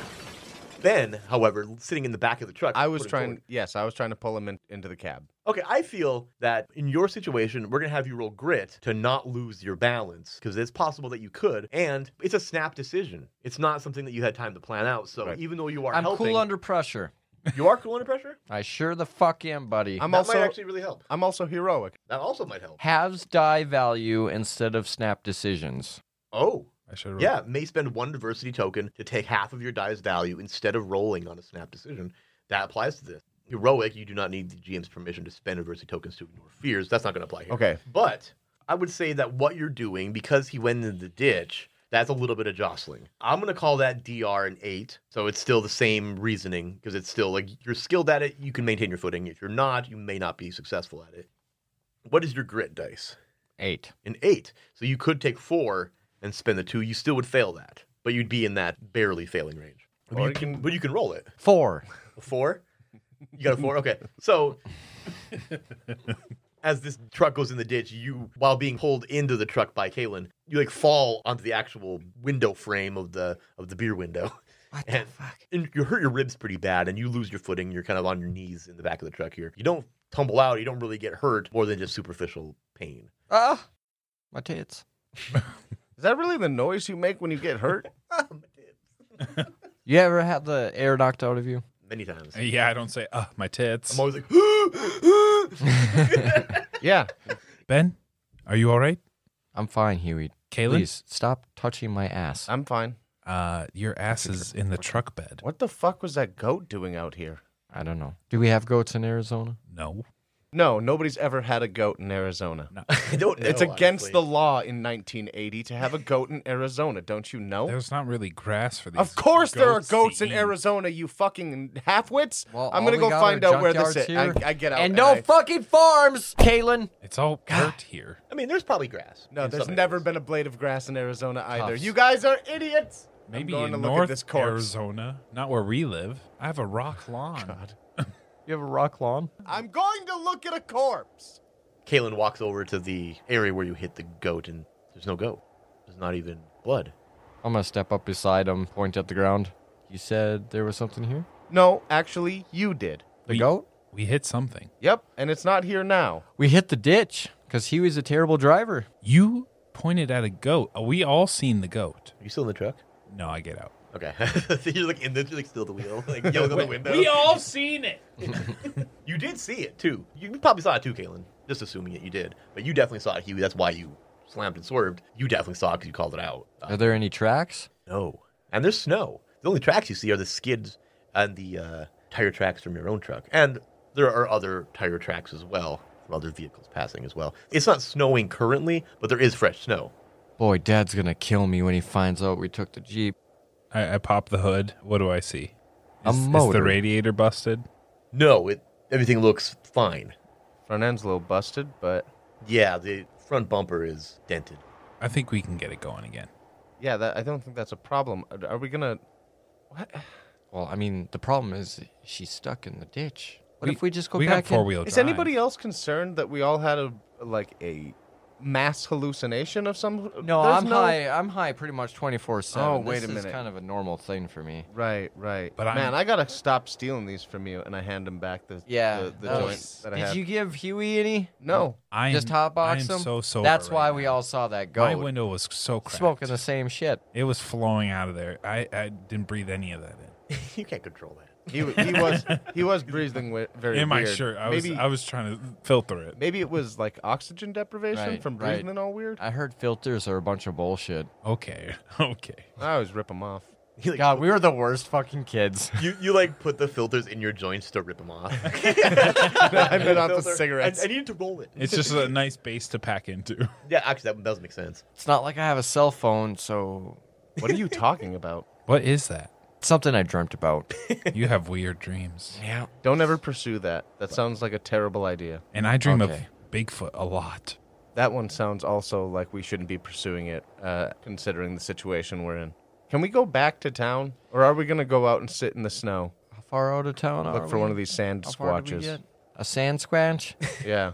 Speaker 1: Ben, however, sitting in the back of the truck,
Speaker 2: I was
Speaker 1: putting
Speaker 2: trying.
Speaker 1: forward-
Speaker 2: Yes, I was trying to pull him in, into the cab.
Speaker 1: Okay, I feel that in your situation, we're gonna have you roll grit to not lose your balance because it's possible that you could, and it's a snap decision. It's not something that you had time to plan out. So
Speaker 2: Right.
Speaker 1: even though you are
Speaker 3: I'm
Speaker 1: helping,
Speaker 3: cool under pressure.
Speaker 1: you are cool under pressure.
Speaker 3: I sure the fuck am, buddy.
Speaker 2: I'm
Speaker 1: that
Speaker 2: also.
Speaker 1: might actually really help.
Speaker 2: I'm also heroic.
Speaker 1: That also might help.
Speaker 3: Halves die value.
Speaker 7: You instead of snap decisions.
Speaker 1: Oh,
Speaker 4: I should. roll.
Speaker 1: yeah, may spend one diversity token to take half of your die's value instead of rolling on a snap decision. That applies to this. heroic, you do not need the GM's permission to spend adversity tokens to ignore fears. That's not going to apply here.
Speaker 2: Okay.
Speaker 1: But I would say that what you're doing, because he went in the ditch, that's a little bit of jostling. I'm going to call that DR an eight. So it's still the same reasoning because it's still like you're skilled at it, you can maintain your footing. If you're not, you may not be successful at it. What is your grit dice?
Speaker 7: Eight.
Speaker 1: An eight. So you could take four and spend the two. You still would fail that, but you'd be in that barely failing range. But you can, but you can roll it.
Speaker 7: Four.
Speaker 1: A four? You got a four? Okay. So as this truck goes in the ditch, you while being pulled into the truck by Kalen, you like fall onto the actual window frame of the of the beer window.
Speaker 7: What
Speaker 1: And-
Speaker 7: the fuck?
Speaker 1: And you hurt your ribs pretty bad and you lose your footing. You're kind of on your knees in the back of the truck here. You don't tumble out, you don't really get hurt more than just superficial pain.
Speaker 3: Ah, my tits.
Speaker 2: Is that really the noise you make when you get hurt?
Speaker 3: You ever had the air knocked out of you?
Speaker 1: Many times. I'm
Speaker 4: Yeah, I don't say, uh, my tits.
Speaker 1: always like
Speaker 2: yeah.
Speaker 4: ben, are you all right?
Speaker 7: I'm fine, Huey.
Speaker 4: Kalen?
Speaker 7: Please stop touching my ass.
Speaker 2: I'm fine.
Speaker 4: Uh, your ass is in the truck bed.
Speaker 2: What the fuck was that goat doing out here?
Speaker 7: I don't know. Do we have goats in Arizona?
Speaker 4: No.
Speaker 2: No, nobody's ever had a goat in Arizona.
Speaker 1: I don't know,
Speaker 2: it's against
Speaker 1: honestly.
Speaker 2: the law in 1980 to have a goat in Arizona, don't you know?
Speaker 4: There's not really grass for these.
Speaker 2: of course there are
Speaker 4: to
Speaker 2: goats in
Speaker 4: eat.
Speaker 2: Arizona, you fucking halfwits.
Speaker 3: Well,
Speaker 2: I'm
Speaker 3: all we
Speaker 2: gonna go
Speaker 3: got are
Speaker 2: find out where this
Speaker 3: junkyards
Speaker 2: is. I,
Speaker 3: here.
Speaker 2: I get out.
Speaker 3: And no
Speaker 2: I-
Speaker 3: fucking farms, Kalen.
Speaker 4: It's all dirt here.
Speaker 1: I mean there's probably grass.
Speaker 2: No,
Speaker 1: in
Speaker 2: there's
Speaker 1: some
Speaker 2: never
Speaker 1: areas.
Speaker 2: been a blade of grass in Arizona either.
Speaker 7: Tufts.
Speaker 2: You guys are idiots. I'm
Speaker 4: Maybe in
Speaker 2: going to look at
Speaker 4: North
Speaker 2: this corpse.
Speaker 4: Arizona, not where we live. I have a rock lawn.
Speaker 3: You have a rock lawn?
Speaker 2: I'm going to look at a corpse.
Speaker 1: Kalen walks over to the area where you hit the goat, and there's no goat. There's not even blood.
Speaker 7: I'm gonna step up beside him, point at the ground. You said there was something here?
Speaker 2: No, actually, you did.
Speaker 7: The
Speaker 4: We-
Speaker 7: goat?
Speaker 4: We hit something.
Speaker 2: Yep, and it's not here now.
Speaker 7: We hit the ditch because Huey's a terrible driver.
Speaker 4: You pointed at a goat. We all seen the goat.
Speaker 1: Are you still in the truck?
Speaker 4: No, I get out.
Speaker 1: Okay. you're like in the you're like still at the wheel, like yelling out the window.
Speaker 4: all seen it.
Speaker 1: You did see it too. You probably saw it too, Kalen. Just assuming it, you did. But you definitely saw it, Huey. That's why you slammed and swerved. You definitely saw it because you called it out. Uh,
Speaker 7: Are there any tracks?
Speaker 1: no. And there's snow. The only tracks you see are the skids and the uh, tire tracks from your own truck. And there are other tire tracks as well from other vehicles passing as well. It's not snowing currently, but there is fresh snow.
Speaker 7: Boy, Dad's gonna kill me when he finds out we took the Jeep.
Speaker 4: I, I pop the hood. What do I see?
Speaker 7: A
Speaker 4: Is, is the
Speaker 7: motor.
Speaker 4: radiator busted?
Speaker 1: No, it everything looks fine.
Speaker 2: Front end's a little busted, but
Speaker 1: Yeah, the front bumper is dented.
Speaker 4: I think we can get it going again.
Speaker 2: yeah, that, I don't think that's a problem. Are- Are we gonna?
Speaker 7: Well, I mean, the problem is she's stuck in the ditch. What if we just go
Speaker 4: we
Speaker 7: back
Speaker 4: got four
Speaker 7: in?
Speaker 4: wheel
Speaker 2: Is anybody else concerned that we all had a like a mass hallucination of some?
Speaker 3: No,
Speaker 2: There's
Speaker 3: I'm high. I'm high pretty much 24 7.
Speaker 2: Oh, wait
Speaker 3: this
Speaker 2: a
Speaker 3: is
Speaker 2: minute.
Speaker 7: kind of a normal thing for me.
Speaker 2: Right, right.
Speaker 4: But
Speaker 2: But man,
Speaker 4: I'm-
Speaker 2: I gotta stop stealing these from you, and I hand them back the
Speaker 3: Yeah.
Speaker 2: the, the
Speaker 7: Oh,
Speaker 3: that
Speaker 2: joint
Speaker 3: was-
Speaker 2: that I
Speaker 3: did
Speaker 2: had.
Speaker 3: you give Huey any?
Speaker 2: No,
Speaker 4: I am,
Speaker 3: Just hot box
Speaker 4: I
Speaker 3: him?
Speaker 4: am so sober.
Speaker 3: That's why
Speaker 4: right
Speaker 3: we
Speaker 4: now.
Speaker 3: all saw that
Speaker 4: My
Speaker 3: goat.
Speaker 4: window was so cracked.
Speaker 3: Smoking the same shit.
Speaker 4: It was flowing out of there. I, I didn't breathe any of that in.
Speaker 1: you can't control that.
Speaker 2: he, w- he was he was breathing wi- very
Speaker 4: In my
Speaker 2: weird.
Speaker 4: shirt, I
Speaker 2: maybe
Speaker 4: was I was trying to filter it.
Speaker 2: maybe it was like oxygen deprivation
Speaker 7: Right,
Speaker 2: from
Speaker 7: right.
Speaker 2: breathing all weird.
Speaker 7: I heard filters are a bunch of bullshit.
Speaker 4: Okay, okay.
Speaker 2: I always rip them off.
Speaker 1: You like,
Speaker 3: God, we were the worst fucking kids.
Speaker 1: you, you like put the filters in your joints to rip them off.
Speaker 2: I've been on the
Speaker 1: Filter.
Speaker 2: cigarettes.
Speaker 1: I, I needed to roll it.
Speaker 4: It's just a nice base to pack into.
Speaker 1: yeah, actually, that does make sense.
Speaker 7: It's not like I have a cell phone, so
Speaker 2: What are you talking about?
Speaker 4: What is that?
Speaker 7: something I dreamt about.
Speaker 4: You have weird dreams,
Speaker 7: yeah.
Speaker 2: Don't ever pursue that. That sounds like a terrible idea.
Speaker 4: and I dream
Speaker 7: Okay.
Speaker 4: of Bigfoot a lot.
Speaker 2: That one sounds also like we shouldn't be pursuing it, uh, considering the situation we're in. Can we go back to town, or are we gonna go out and sit in the snow,
Speaker 7: How far out of town are
Speaker 2: look for
Speaker 7: we?
Speaker 2: one of these sand
Speaker 7: How far did we
Speaker 2: squatches?
Speaker 7: get? A sand squanch?
Speaker 2: Yeah,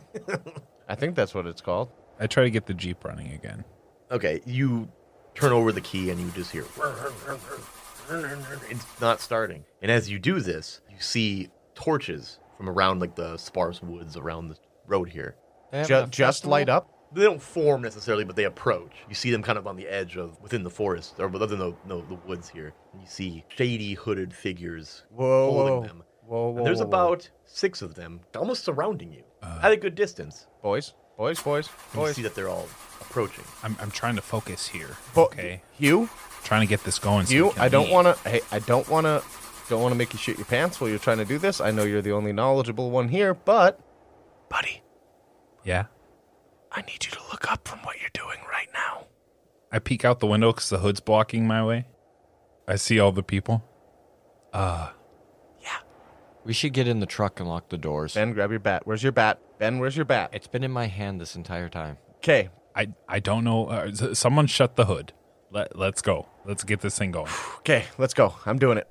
Speaker 2: I think that's what it's called.
Speaker 4: I try to get the jeep running again.
Speaker 1: Okay, you turn over the key and you just hear. It's not starting. And as you do this, you see torches from around like the sparse woods around the road here.
Speaker 7: They having
Speaker 2: Ju-
Speaker 7: a
Speaker 2: just light
Speaker 7: festival?
Speaker 2: up.
Speaker 1: They don't form necessarily, but they approach. You see them kind of on the edge of within the forest or within the, no, the woods here. And you see shady hooded figures
Speaker 2: Whoa,
Speaker 1: holding
Speaker 2: whoa,
Speaker 1: them.
Speaker 2: whoa,
Speaker 1: And
Speaker 2: whoa,
Speaker 1: there's
Speaker 2: whoa, whoa.
Speaker 1: about six of them, almost surrounding you at a good distance.
Speaker 2: Boys, boys, boys,
Speaker 1: And you
Speaker 2: boys.
Speaker 1: see that they're all approaching.
Speaker 4: I'm, I'm trying to focus here.
Speaker 2: Bo-
Speaker 4: okay,
Speaker 2: you,
Speaker 4: trying to get this going. so we
Speaker 2: you.
Speaker 4: can
Speaker 2: I don't
Speaker 4: leave.
Speaker 2: wanna. Hey, I don't wanna Don't want to make you shit your pants while you're trying to do this. I know you're the only knowledgeable one here, but buddy,
Speaker 4: Yeah.
Speaker 2: I need you to look up from what you're doing right now.
Speaker 4: I peek out the window because the hood's blocking my way. I see all the people.
Speaker 7: We should get in the truck and lock the doors.
Speaker 2: Ben, grab your bat. Where's your bat? Ben, where's your bat?
Speaker 7: It's been in my hand this entire time.
Speaker 2: Okay.
Speaker 4: I, I don't know. Uh, s- someone shut the hood. Let, let's go. Let's get this thing going.
Speaker 2: Okay, let's go. I'm doing it.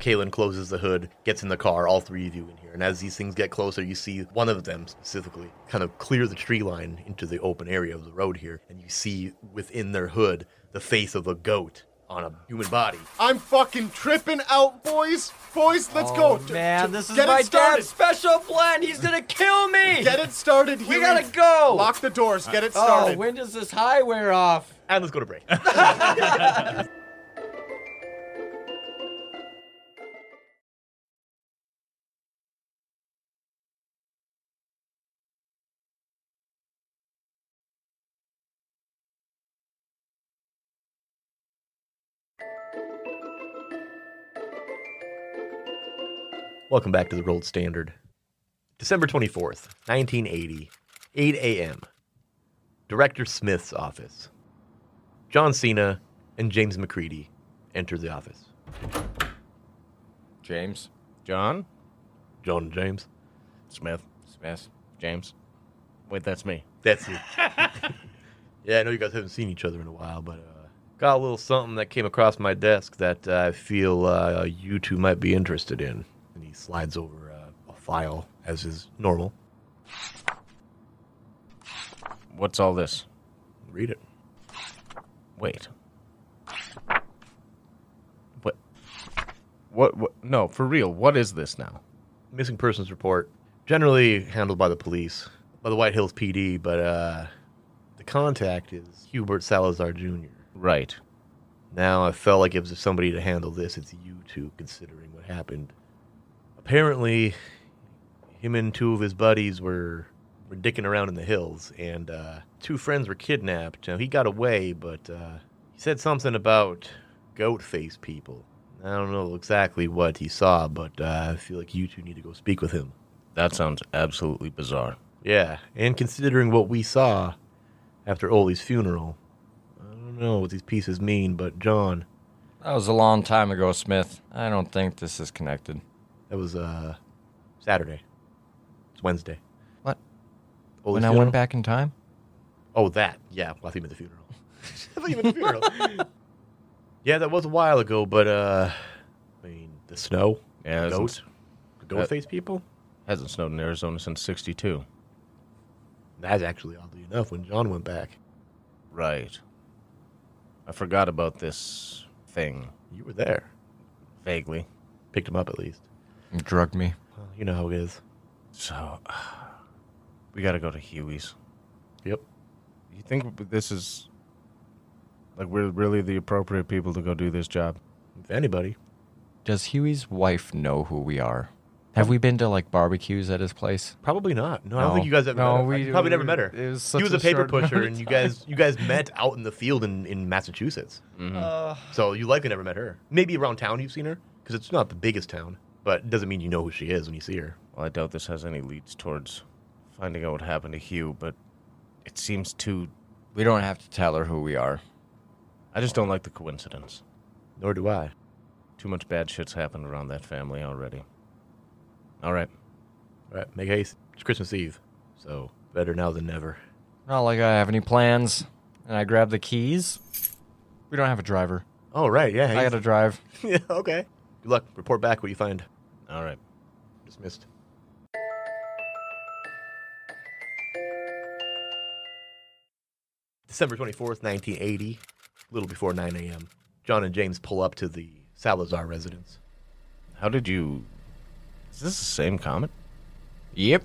Speaker 1: Kalen closes the hood, gets in the car, all three of you in here. And as these things get closer, you see one of them specifically kind of clear the tree line into the open area of the road here. And you see within their hood the face of a goat on a human body.
Speaker 2: I'm fucking tripping out, boys. Boys, let's go.
Speaker 7: Oh,
Speaker 2: D-
Speaker 3: Oh, Man,
Speaker 2: d-
Speaker 3: this is
Speaker 2: get
Speaker 3: my
Speaker 2: it started.
Speaker 3: dad's special plan. He's gonna kill me.
Speaker 2: Get it started. Huey.
Speaker 3: gotta go.
Speaker 2: Lock the doors. Get it
Speaker 3: oh,
Speaker 2: started.
Speaker 3: when does this high wear off?
Speaker 1: And let's go to break. Welcome back to the Rolled Standard. December 24th, 1980, 8 a.m. Director Smith's office. John Cena and James McCready enter the office.
Speaker 7: James,
Speaker 2: John,
Speaker 1: John and James?
Speaker 2: Smith,
Speaker 7: Smith.
Speaker 2: James. Wait, that's me.
Speaker 1: That's it. yeah, I know you guys haven't seen each other in a while, but uh, got a little something that came across my desk that uh, I feel uh, you two might be interested in. And he slides over uh, a file, as is normal.
Speaker 2: What's all this?
Speaker 1: Read it.
Speaker 2: Wait. What? What? what? No, for real. What is this now?
Speaker 1: missing persons report generally handled by the police by the white hills pd but uh the contact is hubert salazar jr
Speaker 2: Right.
Speaker 1: now i felt like it was somebody to handle this it's you two considering what happened apparently him and two of his buddies were were dicking around in the hills and uh two friends were kidnapped now he got away but uh he said something about goat face people i don't know exactly what he saw but uh, i feel like you two need to go speak with him
Speaker 2: That sounds absolutely bizarre.
Speaker 1: Yeah, and considering what we saw after Oli's funeral, I don't know what these pieces mean, but John,
Speaker 7: That was a long time ago, Smith. I don't think this is connected.
Speaker 1: that was uh Saturday. It's Wednesday.
Speaker 7: What?
Speaker 1: Oli's
Speaker 7: when I
Speaker 1: funeral?
Speaker 7: went back in time?
Speaker 1: Oh, that. Yeah, well, I think at the funeral. I thought you meant the funeral. yeah, that was a while ago, but uh I mean, the snow,
Speaker 2: Yeah,
Speaker 1: the
Speaker 2: hasn't-
Speaker 1: goat, the goat face people.
Speaker 2: hasn't snowed in Arizona since '62.
Speaker 1: That's actually oddly enough when John went back.
Speaker 2: Right. I forgot about this thing
Speaker 1: You were there.
Speaker 2: vaguely.
Speaker 1: Picked him up at least.
Speaker 7: You drugged me.
Speaker 1: Well, you know how it is.
Speaker 2: So we got to go to Huey's.
Speaker 1: Yep.
Speaker 2: You think this is like we're really the appropriate people to go do this job?
Speaker 1: If anybody.
Speaker 7: Does Huey's wife know who we are? Have we been to like barbecues at his place?
Speaker 1: Probably not. No, I don't
Speaker 7: No.
Speaker 1: think you guys ever.
Speaker 3: No,
Speaker 1: met her.
Speaker 3: we-
Speaker 1: probably never
Speaker 3: we-
Speaker 1: met her.
Speaker 3: it was
Speaker 1: he
Speaker 3: such
Speaker 1: was
Speaker 3: a
Speaker 1: a paper
Speaker 3: short amount
Speaker 1: pusher,
Speaker 3: of
Speaker 1: and you guys you guys met out in the field in, in Massachusetts.
Speaker 7: Hmm.
Speaker 3: Uh,
Speaker 1: So you likely never met her. Maybe around town you've seen her because it's not the biggest town, but it doesn't mean you know who she is when you see her.
Speaker 2: Well, I doubt this has any leads towards finding out what happened to Hugh, but it seems too.
Speaker 7: We don't have to tell her who we are.
Speaker 2: I just don't like the coincidence.
Speaker 1: Nor do I.
Speaker 2: Too much bad shit's happened around that family already. All right.
Speaker 1: All right, make haste. It's Christmas Eve, so better now than never.
Speaker 7: Not like I have any plans. And I grab the keys. We don't have a driver.
Speaker 1: Oh right, yeah.
Speaker 7: I
Speaker 1: he's-
Speaker 7: gotta drive.
Speaker 1: yeah, okay. Good luck. Report back what you find.
Speaker 2: All right.
Speaker 1: Dismissed. December 24th, 1980, a little before 9 a.m., John and James pull up to the Salazar residence.
Speaker 2: How did you? Is this the same comet?
Speaker 7: Yep.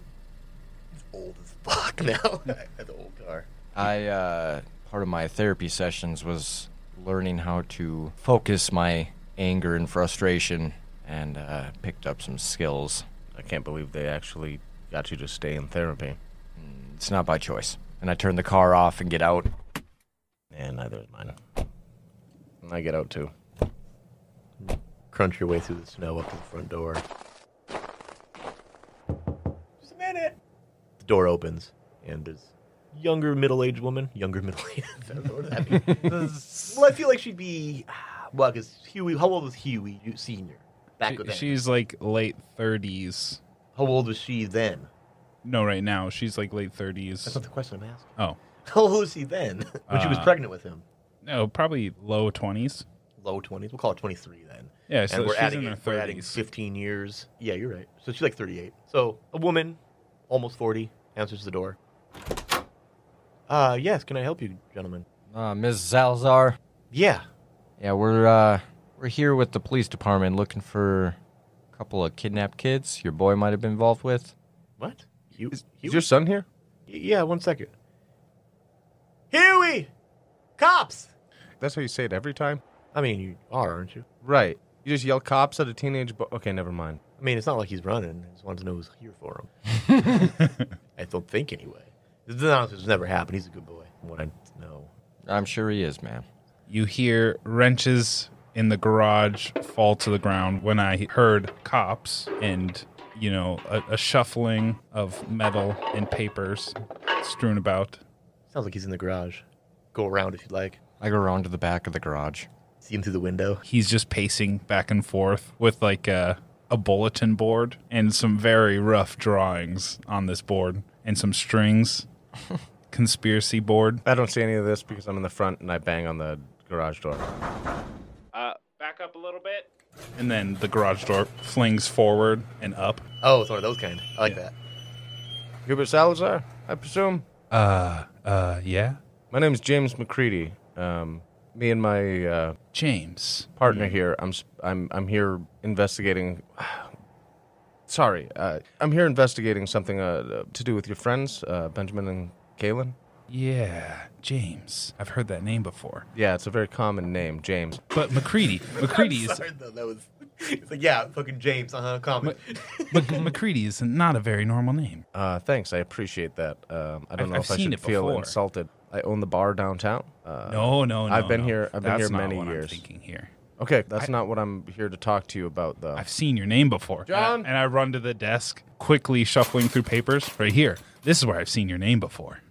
Speaker 1: Old as fuck now. the old car.
Speaker 7: I uh part of my therapy sessions was learning how to focus my anger and frustration and uh picked up some skills.
Speaker 2: I can't believe they actually got you to stay in therapy.
Speaker 7: It's not by choice. And I turn the car off and get out.
Speaker 2: And neither is mine. And I get out too.
Speaker 1: crunch your way through the snow up to the front door. Just a minute. The door opens, and there's younger middle-aged woman. Younger middle-aged. I don't know what that means. well, I feel like she'd be. ah, Well, because Huey. How old was Huey you- Senior? Back
Speaker 4: She-
Speaker 1: with that.
Speaker 4: she's like late 30s.
Speaker 1: How old was she then?
Speaker 4: No, right now she's like late
Speaker 1: That's
Speaker 4: 30s.
Speaker 1: not the question I'm asking.
Speaker 4: Oh,
Speaker 1: How old was she then? when she was
Speaker 4: Uh,
Speaker 1: pregnant with him.
Speaker 4: no, probably low 20s.
Speaker 1: Low twenties. We'll call it twenty-three then.
Speaker 4: Yeah, so
Speaker 1: and we're
Speaker 4: she's
Speaker 1: adding,
Speaker 4: in her
Speaker 1: it- we're adding
Speaker 4: 30s.
Speaker 1: 15 years. Yeah, you're right. So she's like 38. So a woman, almost 40, answers the door. Uh, yes, can I help you, gentlemen?
Speaker 7: Uh, Ms. Salazar.
Speaker 1: Yeah.
Speaker 7: Yeah, we're uh, we're here with the police department looking for a couple of kidnapped kids your boy might have been involved with.
Speaker 1: What? You,
Speaker 2: Is,
Speaker 1: you-
Speaker 2: is your son here?
Speaker 1: Yeah, one second. Huey! Cops!
Speaker 2: That's how you say it every time?
Speaker 1: I mean, you are, aren't you?
Speaker 2: Right. You just yell cops at a teenage boy. Okay, never mind.
Speaker 1: I mean, it's not like he's running. I just wanted to know who's here for him. I don't think, anyway. This honestly, this never happened. He's a good boy. From What I know.
Speaker 7: I'm sure he is, man.
Speaker 4: You hear wrenches in the garage fall to the ground when I heard cops and, you know, a, a shuffling of metal and papers strewn about.
Speaker 1: Sounds like he's in the garage. Go around if you'd like.
Speaker 7: I go around to the back of the garage.
Speaker 1: See him through the window.
Speaker 4: He's just pacing back and forth with like a, a bulletin board and some very rough drawings on this board and some strings. Conspiracy board.
Speaker 2: I don't see any of this because I'm in the front and I bang on the garage door.
Speaker 4: Uh, back up a little bit. And then the garage door flings forward and up.
Speaker 1: Oh, it's one of those kind. I like that.
Speaker 2: Hubert Salazar, I presume.
Speaker 4: Uh, uh, yeah.
Speaker 2: My name's James McCready. Um, me and my uh,
Speaker 4: James.
Speaker 2: partner here. I'm s- I'm I'm here investigating. Sorry, uh, I'm here investigating something uh, to do with your friends, uh, Benjamin and Kalen.
Speaker 4: Yeah, James. I've heard that name before.
Speaker 2: Yeah, it's a very common name, James.
Speaker 4: But McCready, McCready is
Speaker 1: Sorry, though, that was. It's like, yeah, fucking James, uh huh, comment.
Speaker 4: Mc, McCready is not a very normal name.
Speaker 2: Uh, thanks, I appreciate that. Um, I don't
Speaker 4: I've-
Speaker 2: know
Speaker 4: I've
Speaker 2: if I
Speaker 4: seen
Speaker 2: should
Speaker 4: it
Speaker 2: feel
Speaker 4: before.
Speaker 2: insulted. I own the bar downtown. Uh,
Speaker 4: No, no, no.
Speaker 2: I've been
Speaker 4: no.
Speaker 2: here- I've been
Speaker 4: That's
Speaker 2: here
Speaker 4: not
Speaker 2: many
Speaker 4: what I'm
Speaker 2: years.
Speaker 4: thinking here.
Speaker 2: Okay, that's not what I'm here to talk to you about, though.
Speaker 4: I've seen your name before.
Speaker 2: John?
Speaker 4: And I run to the desk, quickly shuffling through papers. Right here. This is where I've seen your name before.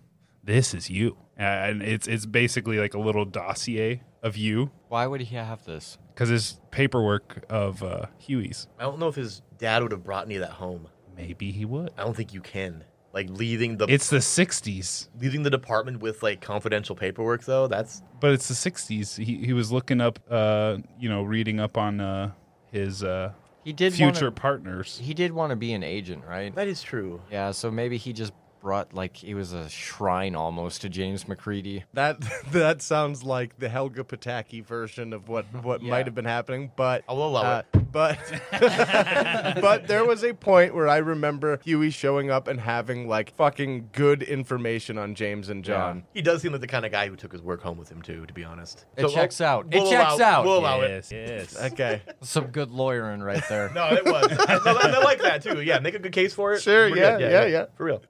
Speaker 4: This is you. Uh, And it's it's basically like a little dossier of you
Speaker 7: Why would he have this?
Speaker 4: because it's paperwork of uh, Huey's.
Speaker 1: I don't know if his dad would have brought any of that home.
Speaker 4: Maybe he would.
Speaker 1: I don't think you can. Like leaving the
Speaker 4: It's the 60s.
Speaker 1: leaving the department with like confidential paperwork though. That's
Speaker 4: but it's the 60s he, he was looking up uh you know reading up on uh his uh
Speaker 7: He did
Speaker 4: future
Speaker 7: Wanna,
Speaker 4: partners
Speaker 7: he did want to be an agent, right?
Speaker 1: that is true.
Speaker 7: Yeah, so maybe he just brought like he was a shrine almost to James McCready.
Speaker 2: that that sounds like the Helga Pataki version of what what
Speaker 7: Yeah.
Speaker 2: might have been happening, but
Speaker 1: I will allow it.
Speaker 2: But but there was a point where I remember Huey showing up and having like fucking good information on James and John.
Speaker 1: He does seem like the kind of guy who took his work home with him too, to be honest. uh,
Speaker 7: It checks out. It
Speaker 1: we'll allow-
Speaker 7: checks out.
Speaker 1: We'll allow it.
Speaker 4: yes
Speaker 2: Okay,
Speaker 7: Some good lawyering right there.
Speaker 1: No, it was. no, I, I like that too. Yeah, make a good case for it.
Speaker 2: Sure,
Speaker 1: We're
Speaker 2: yeah,
Speaker 1: good.
Speaker 2: yeah, yeah.
Speaker 1: For real.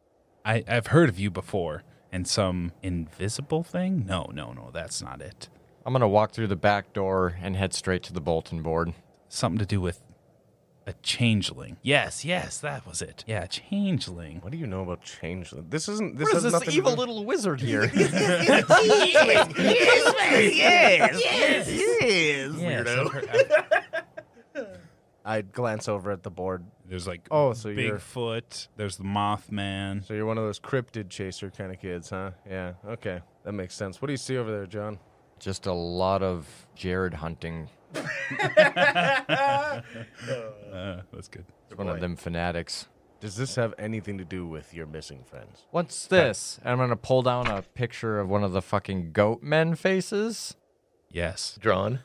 Speaker 4: I, i've heard of you before and some invisible thing no no no that's not it
Speaker 7: I'm gonna walk through the back door and head straight to the bulletin board.
Speaker 4: something to do with a changeling yes yes that was it yeah changeling
Speaker 2: what do you know about change? This isn't this
Speaker 7: What
Speaker 2: has
Speaker 7: is this
Speaker 2: nothing to
Speaker 7: evil
Speaker 2: do-
Speaker 7: little wizard here?
Speaker 4: yes, I've heard-
Speaker 2: I glance over at the board.
Speaker 4: there's like
Speaker 2: Oh, so you're-
Speaker 4: bigfoot there's the mothman
Speaker 2: So you're one of those cryptid chaser kind of kids, huh? Yeah. Okay, that makes sense. What do you see over there, John?
Speaker 7: Just a lot of Jared hunting.
Speaker 4: uh, that's good
Speaker 7: It's one of them fanatics.
Speaker 2: Does this have anything to do with your missing friends?
Speaker 7: What's this? And I'm gonna pull down a picture of one of the fucking goat men faces.
Speaker 4: yes
Speaker 1: Drawn.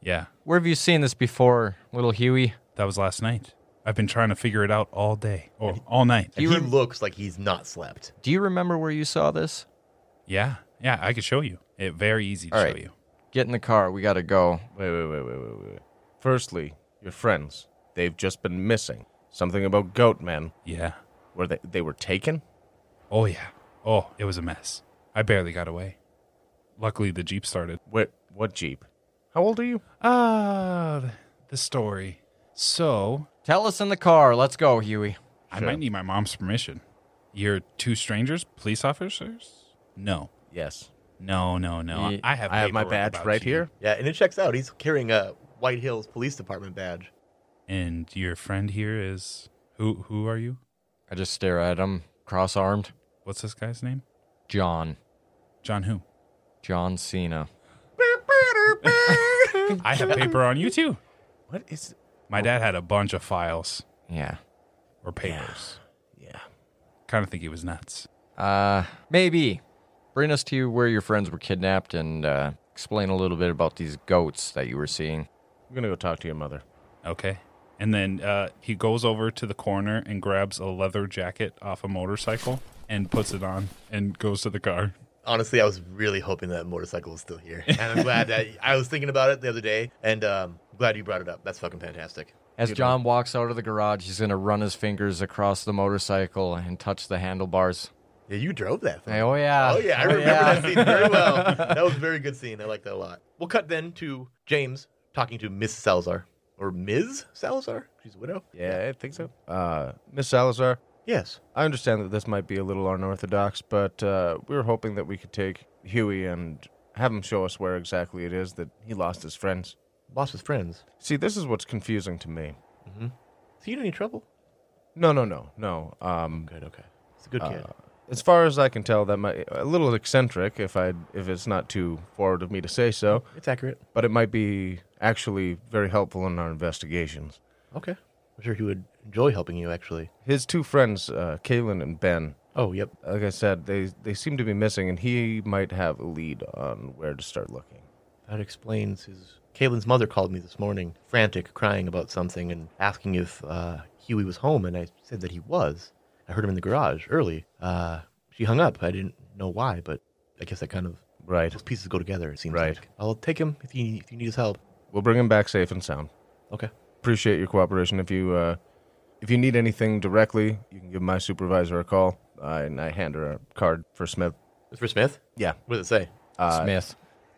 Speaker 4: yeah
Speaker 7: Where have you seen this before, little Huey?
Speaker 4: that was last night i've been trying to figure it out all day or all night
Speaker 1: And he looks like he's not slept.
Speaker 7: Do you remember where you saw this?
Speaker 4: Yeah, yeah, I could show you. It very easy to
Speaker 7: All
Speaker 4: show
Speaker 7: right.
Speaker 4: you.
Speaker 7: Get in the car. We gotta go.
Speaker 2: Wait, wait, wait, wait, wait, wait, wait. Firstly, your friends. They've just been missing. Something about goat men.
Speaker 4: Yeah.
Speaker 2: Were they they were taken?
Speaker 4: Oh yeah. Oh, it was a mess. I barely got away. Luckily, the jeep started.
Speaker 2: Where what jeep? How old are you?
Speaker 4: Ah, the story. So
Speaker 7: Tell us in the car. Let's go, Huey.
Speaker 4: I might need my mom's permission. You're two strangers, police officers? No,
Speaker 2: Yes.
Speaker 4: no, no, no.
Speaker 2: Ye-
Speaker 4: I have.
Speaker 2: I have my
Speaker 4: paperwork
Speaker 2: badge
Speaker 4: about
Speaker 2: right
Speaker 4: you.
Speaker 2: here.
Speaker 1: Yeah, and it checks out. He's carrying a White Hills Police Department badge.
Speaker 4: And your friend here is who? Who are you?
Speaker 7: I just stare at him, cross armed.
Speaker 4: What's this guy's name?
Speaker 7: John.
Speaker 4: John who?
Speaker 7: John Cena.
Speaker 4: I have paper on you too.
Speaker 2: What is?
Speaker 4: My dad had a bunch of files
Speaker 7: Yeah.
Speaker 4: or papers.
Speaker 2: Yeah.
Speaker 4: Kind of think he was nuts.
Speaker 7: Uh, maybe. Bring us to where your friends were kidnapped and uh, explain a little bit about these goats that you were seeing.
Speaker 2: I'm gonna go talk to your mother.
Speaker 4: Okay. And then uh, he goes over to the corner and grabs a leather jacket off a motorcycle and puts it on and goes to the car.
Speaker 1: Honestly, I was really hoping that motorcycle was still here, and I'm glad that I was thinking about it the other day, and um, glad you brought it up. That's fucking fantastic.
Speaker 7: As John walks out of the garage, he's going to run his fingers across the motorcycle and touch the handlebars.
Speaker 1: Yeah, you drove that thing.
Speaker 7: Hey, oh, yeah.
Speaker 1: Oh yeah, I remember that scene very well. That was a very good scene. I like that a lot. We'll cut then to James talking to Miss Salazar or Ms. Salazar. She's a widow.
Speaker 2: Yeah, I think so. Uh, Miss Salazar,
Speaker 1: Yes.
Speaker 2: I understand that this might be a little unorthodox, but uh, we were hoping that we could take Huey and have him show us where exactly it is that he lost his friends.
Speaker 1: Lost his friends.
Speaker 2: See, this is what's confusing to me.
Speaker 1: Is he in any trouble?
Speaker 2: No, no, no, no. Um,
Speaker 1: Good. Okay. He's a good kid.
Speaker 2: as far as I can tell, that might a little eccentric. If I, if it's not too forward of me to say so,
Speaker 1: It's accurate.
Speaker 2: but it might be actually very helpful in our investigations.
Speaker 1: Okay. I'm sure he would enjoy helping you. Actually.
Speaker 2: His two friends, uh, Kalen and Ben,
Speaker 1: Oh, yep.
Speaker 2: like I said, they they seem to be missing, and he might have a lead on where to start looking.
Speaker 1: That explains his. Caitlin's mother called me this morning, frantic, crying about something, and asking if uh, Huey was home, and I said that he was. I heard him in the garage early. Uh, she hung up. I didn't know why, but I guess that kind of
Speaker 2: Right.
Speaker 1: those pieces go together. It seems
Speaker 2: Right.
Speaker 1: like. I'll take him if you if you need his help.
Speaker 2: We'll bring him back safe and sound.
Speaker 1: Okay.
Speaker 2: Appreciate your cooperation. If you uh, if you need anything directly, you can give my supervisor a call, uh, and I hand her a card for Smith.
Speaker 1: It's for Smith.
Speaker 2: Yeah.
Speaker 1: What does it say?
Speaker 7: Smith.